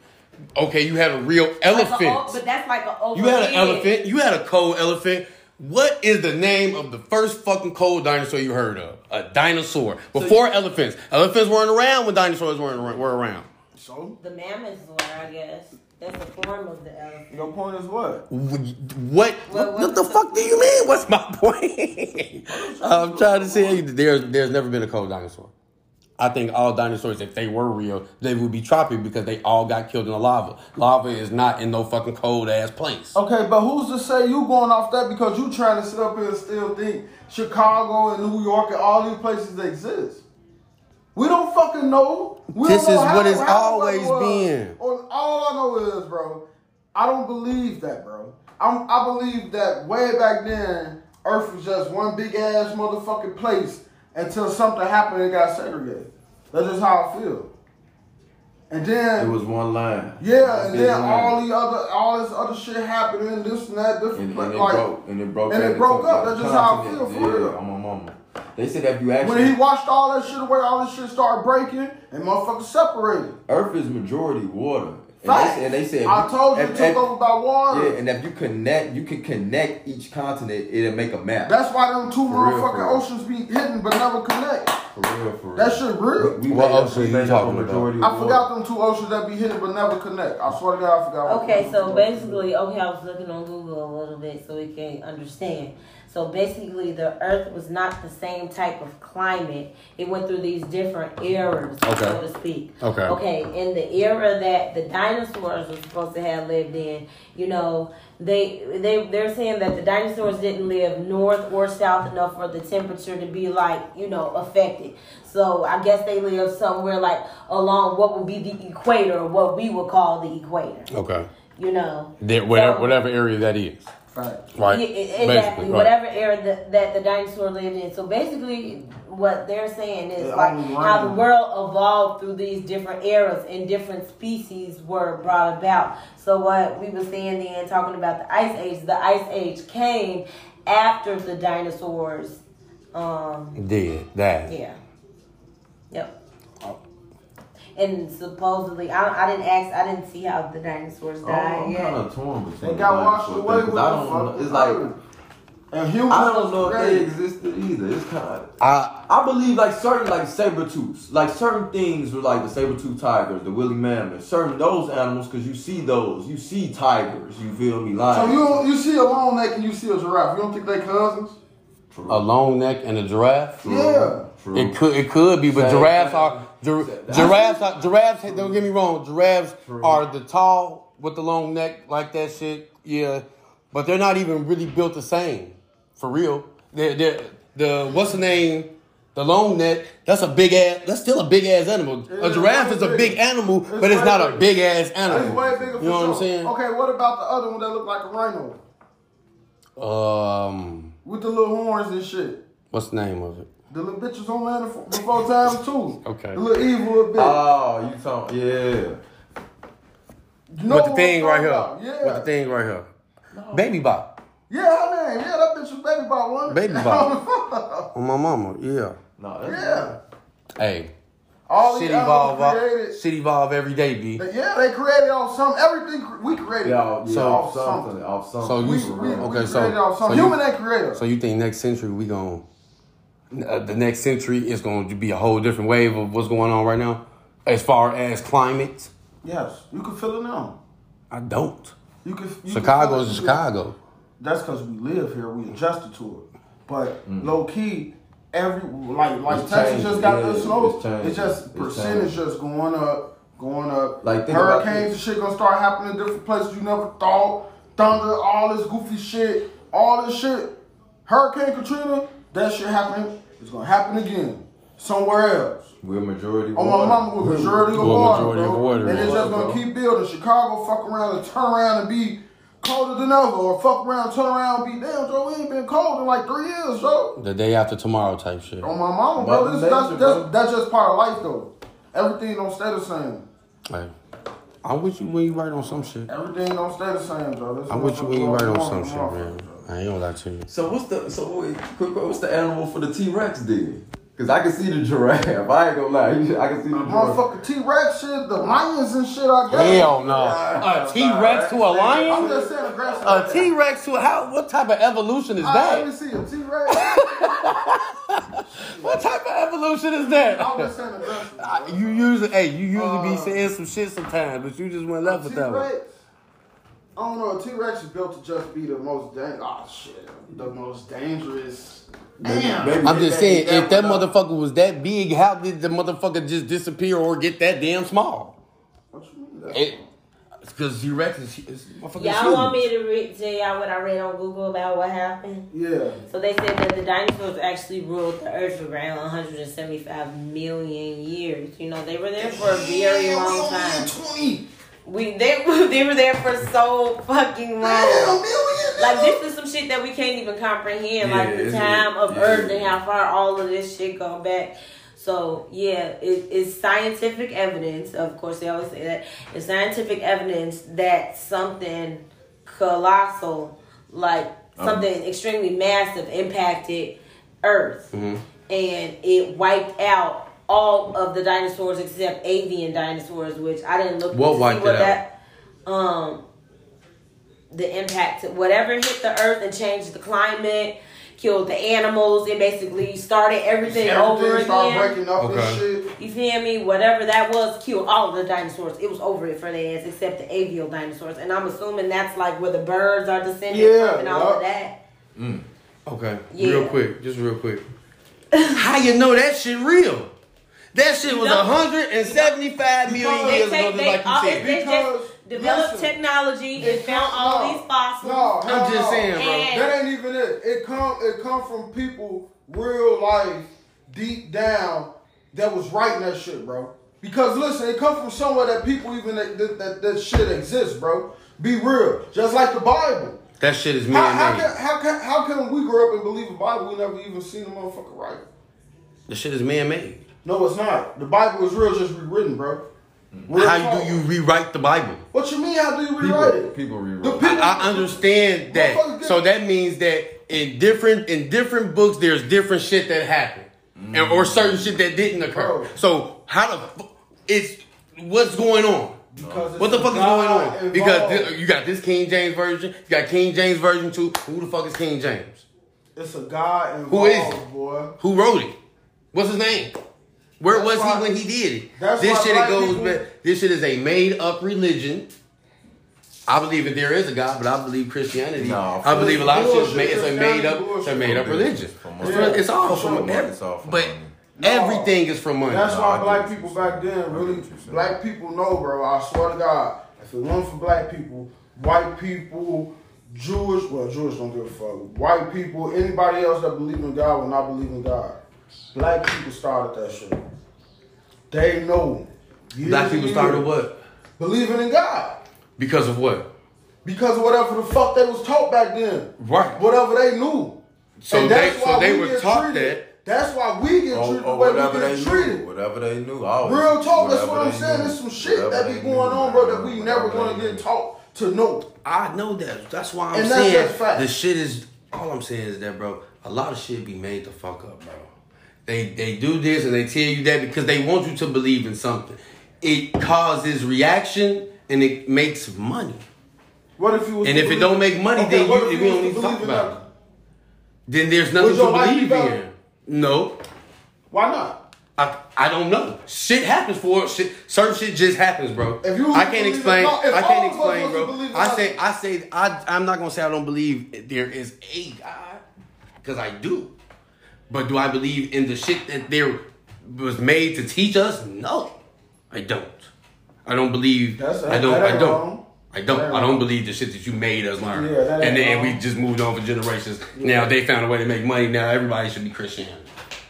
S1: Okay, you had a real
S4: Like a o-
S1: elephant.
S4: but that's like an
S1: You had an
S4: overhead.
S1: elephant. You had a cold elephant. What is the name of the first fucking cold dinosaur you heard of? A dinosaur. Before elephants. Elephants weren't around when dinosaurs weren't, were around.
S2: So
S4: The mammoths were, I guess. That's the form of the elephant.
S2: your point is what?
S1: What,
S4: Well,
S1: what,
S4: what
S1: the
S4: the-
S1: fuck do you mean? What's my point? I'm trying to say there's there's never been a cold dinosaur. I think all dinosaurs, if they were real, they would be tropic because they all got killed in the lava. Lava is not in no fucking cold ass place.
S4: Oh.
S2: Okay, but who's to say you going off that because you trying to sit up here and still think Chicago and New York and all these places exist? We don't fucking know. We
S1: This
S2: don't know
S1: is
S2: how-
S1: what it's
S2: how the weather
S1: always
S2: was.
S1: been.
S2: Or- All I know is, bro, I don't believe that, bro. I'm, I believe that way back then, Earth was just one big ass motherfucking place until something happened and got segregated. That's just how I feel. And then
S3: It was one line.
S2: yeah, and
S3: Big
S2: then
S3: line.
S2: all the other, all this other shit happened and this and that, different,
S3: and,
S2: but
S3: and it
S2: like,
S3: broke and it broke
S2: and it
S3: down
S2: broke
S3: into
S2: up. That's just how I feel,
S3: continents.
S2: for
S3: yeah,
S2: real.
S3: I'm a mama. They said that if you actually
S2: When he washed all that shit away, all this shit started breaking and motherfuckers separated.
S3: Earth is majority water. And
S2: Facts.
S3: they, and they said
S2: I told you
S3: if-
S2: it
S3: if-
S2: took over by water.
S3: Yeah, and if you connect, you can connect each continent. It'll make a map.
S2: That's why them two
S3: For real,
S2: motherfucking
S3: for real.
S2: oceans be hitting but never connect.
S3: for real, for real.
S2: That shit real.
S3: We
S1: What
S3: made up-
S1: ocean
S3: we
S1: you
S3: made up a
S1: talking about?
S3: majority of
S2: I
S3: water.
S2: forgot them two oceans that be hitting but never connect. I swear to God, I forgot. what
S4: Okay,
S2: them
S4: so
S2: two
S4: basically, okay, I was looking on Google a little bit so we can understand. So basically, the Earth was not the same type of climate. It went through these different eras, so
S1: Okay.
S4: to speak.
S1: Okay.
S4: Okay, in the era that the dinosaurs were supposed to have lived in, you know, they they they're saying that the dinosaurs didn't live north or south enough for the temperature to be like you know affected. So I guess they lived somewhere like along what would be the equator, or what we would call the equator
S1: Okay.
S4: you know.
S1: There, whatever,
S4: So-
S1: whatever area that is.
S2: Facts.
S1: Right.
S4: Yeah, e- exactly. Whatever era that, that the dinosaur lived in. So basically, what they're saying is
S2: It
S4: like
S2: only
S4: how the
S2: round.
S4: world evolved through these different eras and different species were brought about. So what we were saying then, talking about the ice age, the ice age came after the dinosaurs. Um,
S1: Did that.
S4: yeah. Yep. And supposedly, I, I didn't ask, I didn't see how the dinosaurs
S3: Oh,
S4: died
S3: I'm
S4: yet.
S3: kind of torn between.
S2: They got
S3: the
S2: washed away
S3: dinosaur thing, 'cause
S2: with
S3: I
S2: the
S3: don't know.
S2: fuck.
S3: It's like
S2: And humans
S3: I don't know
S2: was
S3: if they
S2: created.
S3: existed either. It's kind of.
S1: I,
S3: I believe like certain like saber tooths, like certain things were like the saber tooth tiger, the woolly mammoth, certain those animals because you see those, you see tigers, you feel me?
S2: So
S3: Lions.
S2: you don't- you see a long neck and you see a giraffe. You don't think they cousins?
S3: True,
S1: a long neck and a giraffe.
S3: true,
S2: Yeah.
S3: true.
S1: It could it could be, but
S3: Say
S1: giraffes
S3: that.
S1: are gir-
S3: Say that.
S1: giraffes are giraffes. Don't get me wrong, giraffes are the tall with the long neck like that shit. Yeah, but they're not even really built the same, for real. They're, they're, the what's the name? The long neck. That's a big ass. That's still a big ass animal. A
S2: It's
S1: giraffe
S2: way
S1: is a
S2: bigger.
S1: big animal, but
S2: It's
S1: it's
S2: way
S1: not a
S2: bigger.
S1: big ass animal.
S2: It's way bigger. For
S1: you know
S2: sure.
S1: what I'm saying?
S2: Okay, what about the other one that looked like a rhino
S1: Um,
S2: with the little horns and shit?
S1: what's the name of it?
S2: The little bitches on land before- before time too.
S1: Okay.
S2: The little evil little bitch.
S3: Oh, you talking? Yeah.
S2: you know
S1: With the
S2: who
S1: thing
S2: I'm
S1: right
S2: talking
S1: here.
S2: about. Yeah.
S1: With the thing right here. Baby Bop.
S2: Yeah, her name. Yeah, that bitch was Baby Bot one.
S1: Baby Bop. On my mama. Yeah.
S3: No, that's
S2: yeah.
S1: Hey,
S2: All
S1: shit
S2: these
S1: evolve,
S2: animals
S1: uh,
S2: created.
S1: shit evolve every day, b.
S2: Yeah, they created off some everything cr- we created.
S3: Yeah, off- yeah,
S1: So-
S3: off
S2: so-
S3: something, off something.
S1: so you-
S2: We,
S3: for
S2: we,
S3: real.
S1: Okay,
S2: we
S1: so-
S2: created off
S1: so
S2: some
S1: you-
S2: human ain't created.
S1: So you think next century we gon' uh, the next century is going to be a whole different wave of what's going on right now, as far as climate?
S2: yes, you can feel it now.
S1: I don't.
S2: You can. You
S1: Chicago
S2: can feel it.
S1: is Chicago.
S2: That's because we live here. We adjusted to it. But low key, every like like
S3: Mm. It's
S2: Texas
S3: changing,
S2: just got
S3: yeah,
S2: the snow.
S3: it's changing,
S2: It's just
S3: it's
S2: percentage
S3: changing.
S2: just going up, going up.
S3: Like, think about
S2: hurricanes
S3: this.
S2: and shit gonna start happening in different places you never thought. Thunder, all this goofy shit, all this shit. Hurricane Katrina, that shit happened. It's gonna happen again somewhere else.
S3: We're majority.
S2: Oh, my
S3: water.
S2: mama was majority of
S1: Well,
S2: water,
S1: majority
S2: bro.
S1: of water,
S2: and it's
S3: bro.
S2: just gonna keep building. Chicago fuck around and turn around and be colder than ever, or fuck around, turn around, and be damn, Joe. We ain't been cold in like three years, Joe.
S1: The day after tomorrow type shit.
S2: On my mama, bro.
S3: Mother
S2: This, that's,
S3: nature,
S2: that's,
S3: bro.
S2: that's just part of life, though. Everything don't stay the same.
S1: Hey, I'm with you when you right on some shit.
S2: Everything don't stay the same, Joe. This
S1: I'm
S2: is
S1: with you
S2: what's
S1: when you right
S2: going
S1: on some shit,
S2: tomorrow,
S1: man.
S2: Joe.
S1: I ain't gonna lie to you.
S3: So what's the so wait, quick what's the animal for the T Rex then? Cause I can see the giraffe. I ain't gonna lie, I can see the giraffe.
S2: Motherfucking T Rex shit, the lions and shit, I guess.
S1: Hell no. A T Rex to a
S2: I'm
S1: lion?
S2: just saying, aggressive.
S1: A T Rex to a how? What type of evolution is
S2: I let me
S1: that?
S2: see a T Rex.
S1: What type of evolution is that?
S2: I'm just saying, aggressive.
S1: I- You usually, hey, you usually
S2: Uh,
S1: be saying some shit sometimes, but you just went left with that one.
S2: T-Rex, I don't know. T Rex is built to just be the most dang. Oh shit, the most dangerous. Damn.
S3: Maybe
S1: I'm just saying, if that
S2: uh,
S3: one up.
S1: motherfucker was that big, how did the motherfucker just disappear or get that damn small?
S2: What you mean? That?
S1: Because T Rex is, is motherfucking
S4: Y'all want
S1: huge.
S4: me to read, tell y'all what I read on Google about what happened?
S2: yeah.
S4: So they said that the dinosaurs actually ruled the Earth for around 175 million years. You know, they were there for a very
S2: Damn, we
S4: long
S2: only at
S4: time.
S2: 20.
S4: We they they were there for so fucking
S2: Damn,
S4: long.
S2: million.
S4: Like
S2: nigga.
S4: this is some shit that we can't even comprehend.
S3: Yeah,
S4: like the
S3: it's-
S4: time of
S3: yeah.
S4: Earth and how far all of this shit go back. So yeah, it, it's scientific evidence. Of course, they always say that it's scientific evidence that something
S3: Um,
S4: colossal, like something extremely massive, impacted Earth. and it wiped out all of the dinosaurs except avian dinosaurs, which I didn't look.
S1: What
S4: to see
S1: wiped it out?
S4: That, um, the impact, whatever hit the earth and changed the climate, killed the animals. It basically started everything, over
S2: Everything
S4: again.
S2: start breaking up
S1: Okay.
S2: and shit.
S4: You feel me? Whatever that was, killed all of the dinosaurs. It was over it for their ass, except the avial dinosaurs. And I'm assuming that's like where the birds are descended
S2: Yeah,
S4: from and all
S2: yup.
S4: of that.
S1: Okay,
S4: Yeah.
S1: real quick, just real quick. How you know that shit real? That shit was
S4: No.
S1: 175 million
S4: They
S1: years
S4: take
S1: ago,
S4: they,
S1: just
S4: all-
S1: like you said.
S4: they
S2: Because,
S4: just developed
S2: listen,
S4: technology and
S2: it
S4: found
S2: comes- no,
S4: all these fossils.
S2: No, hell
S1: I'm just
S2: no.
S1: saying, bro.
S4: And-
S2: That ain't even it. It come it come from people real life deep down that was writing that shit, bro. Because listen, it come from somewhere that people even that that, that, that shit exists, bro. Be real, just like the Bible.
S1: That shit is
S2: How,
S1: man
S2: how,
S1: made.
S2: can, how, can, how can we grow up and believe a Bible we never even seen a motherfucker write? it?
S1: The shit is man made.
S2: No, it's not. The Bible is real, just rewritten, bro. Real
S1: How
S2: talk.
S1: do you rewrite the Bible?
S2: What you mean? How do you rewrite
S3: People,
S2: it?
S3: people
S2: The
S3: rewrote.
S2: people-
S1: I understand that.
S2: Motherfucker
S1: So that means that in different in different books, there's different shit that happened, and or certain shit that didn't occur.
S2: Bro.
S1: So how the fu- it's what's going on?
S2: Because
S1: What the
S2: it's
S1: fuck is going
S2: God
S1: on? Because
S2: involved.
S1: thi- you got this King James version, you got King James version two. Who the fuck is King James?
S2: It's a God involved,
S1: Who is it?
S2: boy.
S1: Who wrote it? What's his name? Where
S2: That's
S1: was
S2: why-
S1: he when he did it?
S2: that's
S1: this
S2: why
S1: shit
S2: black
S1: goes.
S2: people-
S1: ba- this shit is a made up religion. I believe that there is a God, but I believe Christianity.
S3: No,
S1: I believe a lot of shit is
S2: bullshit.
S1: made. It's a made up. It's a
S2: Christianity
S1: made up
S3: bullshit.
S1: religion.
S3: From
S1: It's,
S2: money.
S1: from- it's all
S3: It's
S1: from
S3: from money.
S1: every-
S3: It's all from
S1: But
S3: money.
S2: No.
S1: everything is from money.
S2: That's
S3: No, I
S2: why
S3: get
S2: black
S3: what
S2: people
S3: you're
S2: back
S3: saying. I
S2: then
S3: get
S2: really
S3: what you're saying.
S2: black people know, bro. I swear to God, if it weren't for black people, white people, Jewish, well, Jewish don't give a fuck. White people, anybody else that believe in God will not believe in God. Black people started that shit. They know. Years
S1: Black
S2: and
S1: people started
S2: years
S1: what?
S2: believing in God
S1: Because of what?
S2: because of whatever the fuck they was taught back then.
S1: Right.
S2: Whatever they knew.
S1: So
S2: And
S1: they
S2: that's why
S1: so they
S2: we
S1: were
S2: get
S1: taught
S2: treated.
S1: that. Oh,
S2: That's why we get treated
S3: Or,
S2: the
S3: or
S2: way
S3: Oh, whatever
S2: we
S3: they
S2: get
S3: knew,
S2: treated.
S3: whatever they knew. Always,
S2: Real talk, that's
S3: whatever
S2: what I'm
S3: they
S2: saying.
S3: knew,
S2: There's some shit
S3: whatever
S2: that be
S3: they
S2: going
S3: knew,
S2: on, bro, that we
S3: whatever
S2: never
S3: they
S2: gonna
S3: knew.
S2: get taught to know.
S1: I know that. That's why I'm
S2: And that's
S1: saying
S2: just fact.
S1: the shit is. All I'm saying is that, bro. A lot of shit be made to fuck up, bro. They they do this and they tell you that because they want you to believe in something. It causes reaction and it makes money.
S2: What if you was
S1: And if
S2: to
S1: it
S2: believe-
S1: don't make money,
S2: Okay,
S1: then
S2: what
S1: you,
S2: if
S1: we
S2: was
S1: don't
S2: to
S1: even
S2: believe
S1: talk
S2: in
S1: about it.
S2: nothing?
S1: Then there's nothing
S2: Would
S1: to
S2: your life be
S1: believe
S2: better?
S1: in. No,
S2: Why not?
S1: I I don't know. Shit happens for shit. Certain shit just happens, bro.
S2: If you was
S1: I
S2: to
S1: can't
S2: believe
S1: explain.
S2: in God- if
S1: I
S2: all
S1: can't
S2: of us was
S1: explain,
S2: to
S1: bro.
S2: believe in
S1: I
S2: God-
S1: say I say I I'm not gonna say I don't believe there is a God because I do, but do I believe in the shit that there was made to teach us? No, I don't. I don't believe.
S2: That's-
S1: I don't.
S2: that ain't
S1: I don't.
S2: wrong.
S1: I don't.
S2: That ain't
S1: I don't
S2: wrong.
S1: believe the shit that you made us learn,
S2: Yeah, that ain't
S1: and then we
S2: wrong.
S1: just moved on for generations. Now they found a way to make money. Now everybody should be Christian.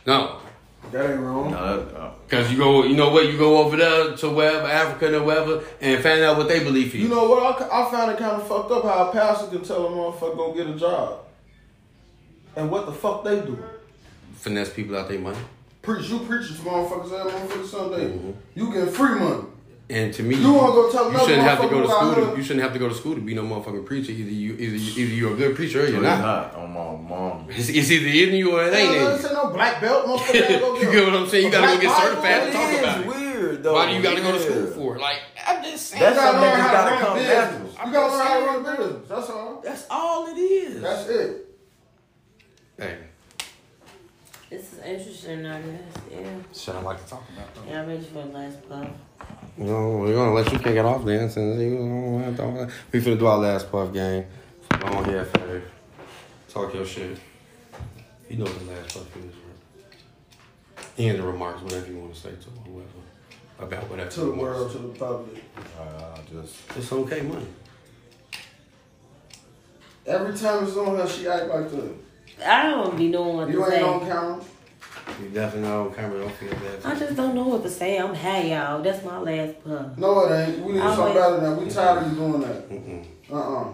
S1: No,
S2: That ain't wrong.
S3: No, that, uh,
S1: Cause you go, you know what? You go over there to wherever Africa and wherever, and find out what they believe for you.
S2: You know what? I, I found it kind of fucked up how a pastor can tell a motherfucker go get a job, and what the fuck they do.
S1: finesse people out their money.
S2: Preach, you preaching to motherfuckers every motherfucker Sunday. You get free money.
S1: And to me,
S2: You wanna go tell
S1: you
S2: another
S1: shouldn't have to
S2: motherfucker
S1: go to
S2: who out
S1: school. To,
S2: here-
S1: you shouldn't have to go to school to be no motherfucking preacher. Either you, either you, either you're a good preacher or
S3: no,
S1: you're
S3: it's
S1: not.
S3: not on my mom.
S1: It's, it's either in you or it ain't
S2: Ain't
S1: in
S2: say no black belt, motherfucker. gotta go
S1: you. you get what I'm saying? You
S2: a
S1: gotta go
S2: black
S1: get
S2: Bible,
S1: certified to
S2: it
S1: talk
S2: is
S1: about it.
S3: weird though.
S1: Why do you gotta go to school
S3: Yeah.
S1: for? it? Like I'm just saying.
S3: That's
S2: You gotta
S3: something
S2: learn
S3: that
S2: how to
S3: just gotta
S2: run
S3: come
S2: business.
S3: natural.
S2: You gotta learn how to run a business. That's all.
S1: That's all it is.
S2: That's it.
S1: Hey,
S4: This is interesting, I guess. Yeah.
S1: shit I like to talk about.
S4: Yeah, I'm ready for the last puff.
S1: No, we're gonna let you kick it off then since you don't have to. We finna do our last puff game. Go on here, Fave. Talk your shit. You know what the last puff is, right? End the remarks, whatever you wanna say to whoever. About whatever.
S2: To the
S1: you wanna
S2: world,
S1: say.
S2: to the public.
S3: Uh, just
S1: It's okay money.
S2: Every time it's on her, she act like that.
S4: I don't be knowing what
S2: You
S4: to
S2: ain't on
S4: say.
S2: camera.
S1: You definitely not on camera, don't feel
S4: I
S1: bad.
S4: just don't know what to say. I'm high, y'all. That's my last puff.
S2: No, it ain't. We need
S4: I'm
S2: something
S4: with-
S2: better than that. We tired of you doing that. Uh-uh.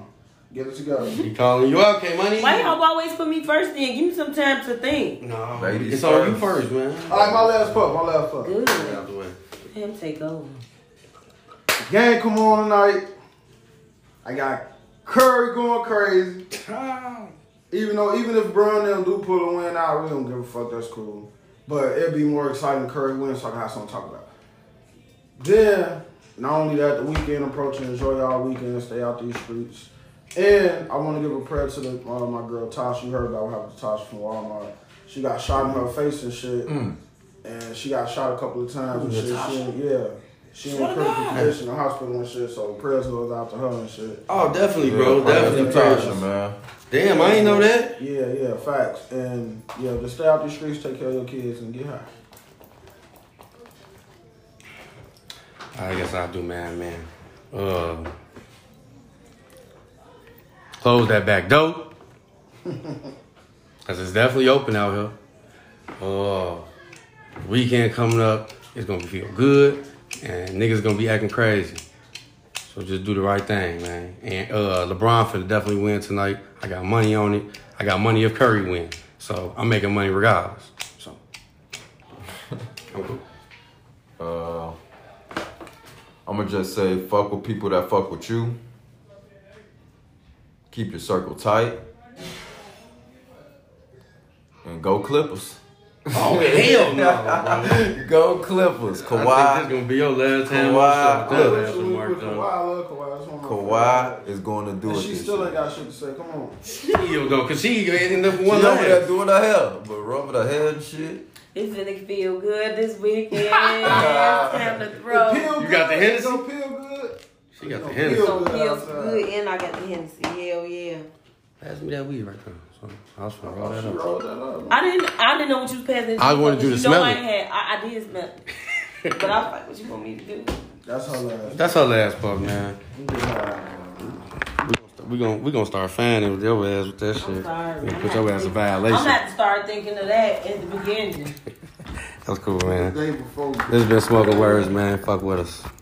S2: Get it together.
S1: He calling you out, okay, money.
S4: Why y'all always put me first then? Give me some time to think.
S1: No,
S3: Ladies
S1: it's on you
S3: first.
S1: first, man.
S2: All right, my last puff. My last puff.
S4: Good.
S1: Get out the way.
S4: Him take over.
S2: Gang, come on tonight. I got Curry going crazy. Even though, even if Brown them do pull a win out, we don't give a fuck. That's cool. But it'd be more exciting if Curry wins so I can have something to talk about. Then, not only that, the weekend approaching, enjoy y'all weekend, stay out these streets. And I want to give a prayer to the, uh, my girl Tosh. You heard about what happened to Tosh from Walmart. She got shot in her face and shit. And she got shot a couple of times and shit. She, in- yeah. She in critical condition in the hospital and shit. So prayers goes out to her and shit.
S1: Oh, definitely,
S3: Bro,
S1: bro. Definitely,
S3: Tasha,
S1: Tasha.
S3: man.
S1: Damn, I ain't know that.
S2: Yeah, yeah, facts. And yeah, just stay out the streets, take care of your kids, and get high.
S1: I guess I'll do man, man. Uh, close that back door. Cause it's definitely open out here. Uh, weekend coming up, it's gonna feel good, and niggas gonna be acting crazy. So just do the right thing, man. And uh, LeBron finna definitely win tonight. I got money on it. I got money if Curry win. So I'm making money regardless. So I'm cool.
S3: Uh, I'm gonna just say, fuck with people that fuck with you. Keep your circle tight, and go Clippers.
S1: Oh hell no, bro.
S3: go Clippers,
S1: I think this
S3: Kawhi.
S1: gonna be your last time.
S3: Kawhi.
S1: on the show.
S3: Kawhi.
S1: That was marked
S2: Kawhi,
S1: up.
S2: love Kawhi. That's one of my favorites.
S3: Kawhi is gonna do
S2: And
S3: it.
S2: she
S3: this
S2: still
S3: year.
S2: ain't got shit to say. Come on.
S1: She though, cause she ain't number
S3: She
S1: one
S3: over there
S1: left.
S3: doing her hair, but rubbing her head and shit.
S4: It's gonna feel good this weekend. it's time to throw. It's
S1: You got the Hennessy?
S2: Don't feel good.
S1: She got the
S2: Feel
S1: Hennessy.
S4: gonna feel
S2: outside.
S4: good, and I got the Hennessy. Hell yeah.
S1: Pass me that weed right there. So I was gonna roll that
S2: She
S1: up.
S2: rolled that up.
S4: I didn't. I didn't know what you was passing.
S1: I wanted you to
S4: know
S1: smell
S4: I
S1: it.
S4: Had, I, I did smell it, but I was like, "What you want me to do?"
S2: That's her last.
S1: That's her last part, man.
S2: You get high.
S1: We gon' we gonna start fanning your ass with that shit.
S4: I'm
S1: We
S4: sorry. I'm
S1: gonna
S4: gonna
S1: Put your
S4: have
S1: ass in
S4: to- I'm gonna
S1: violation.
S4: have to start thinking of that at the beginning.
S1: That's cool, man.
S2: Day before.
S1: This has been smoking words, man. Fuck with us.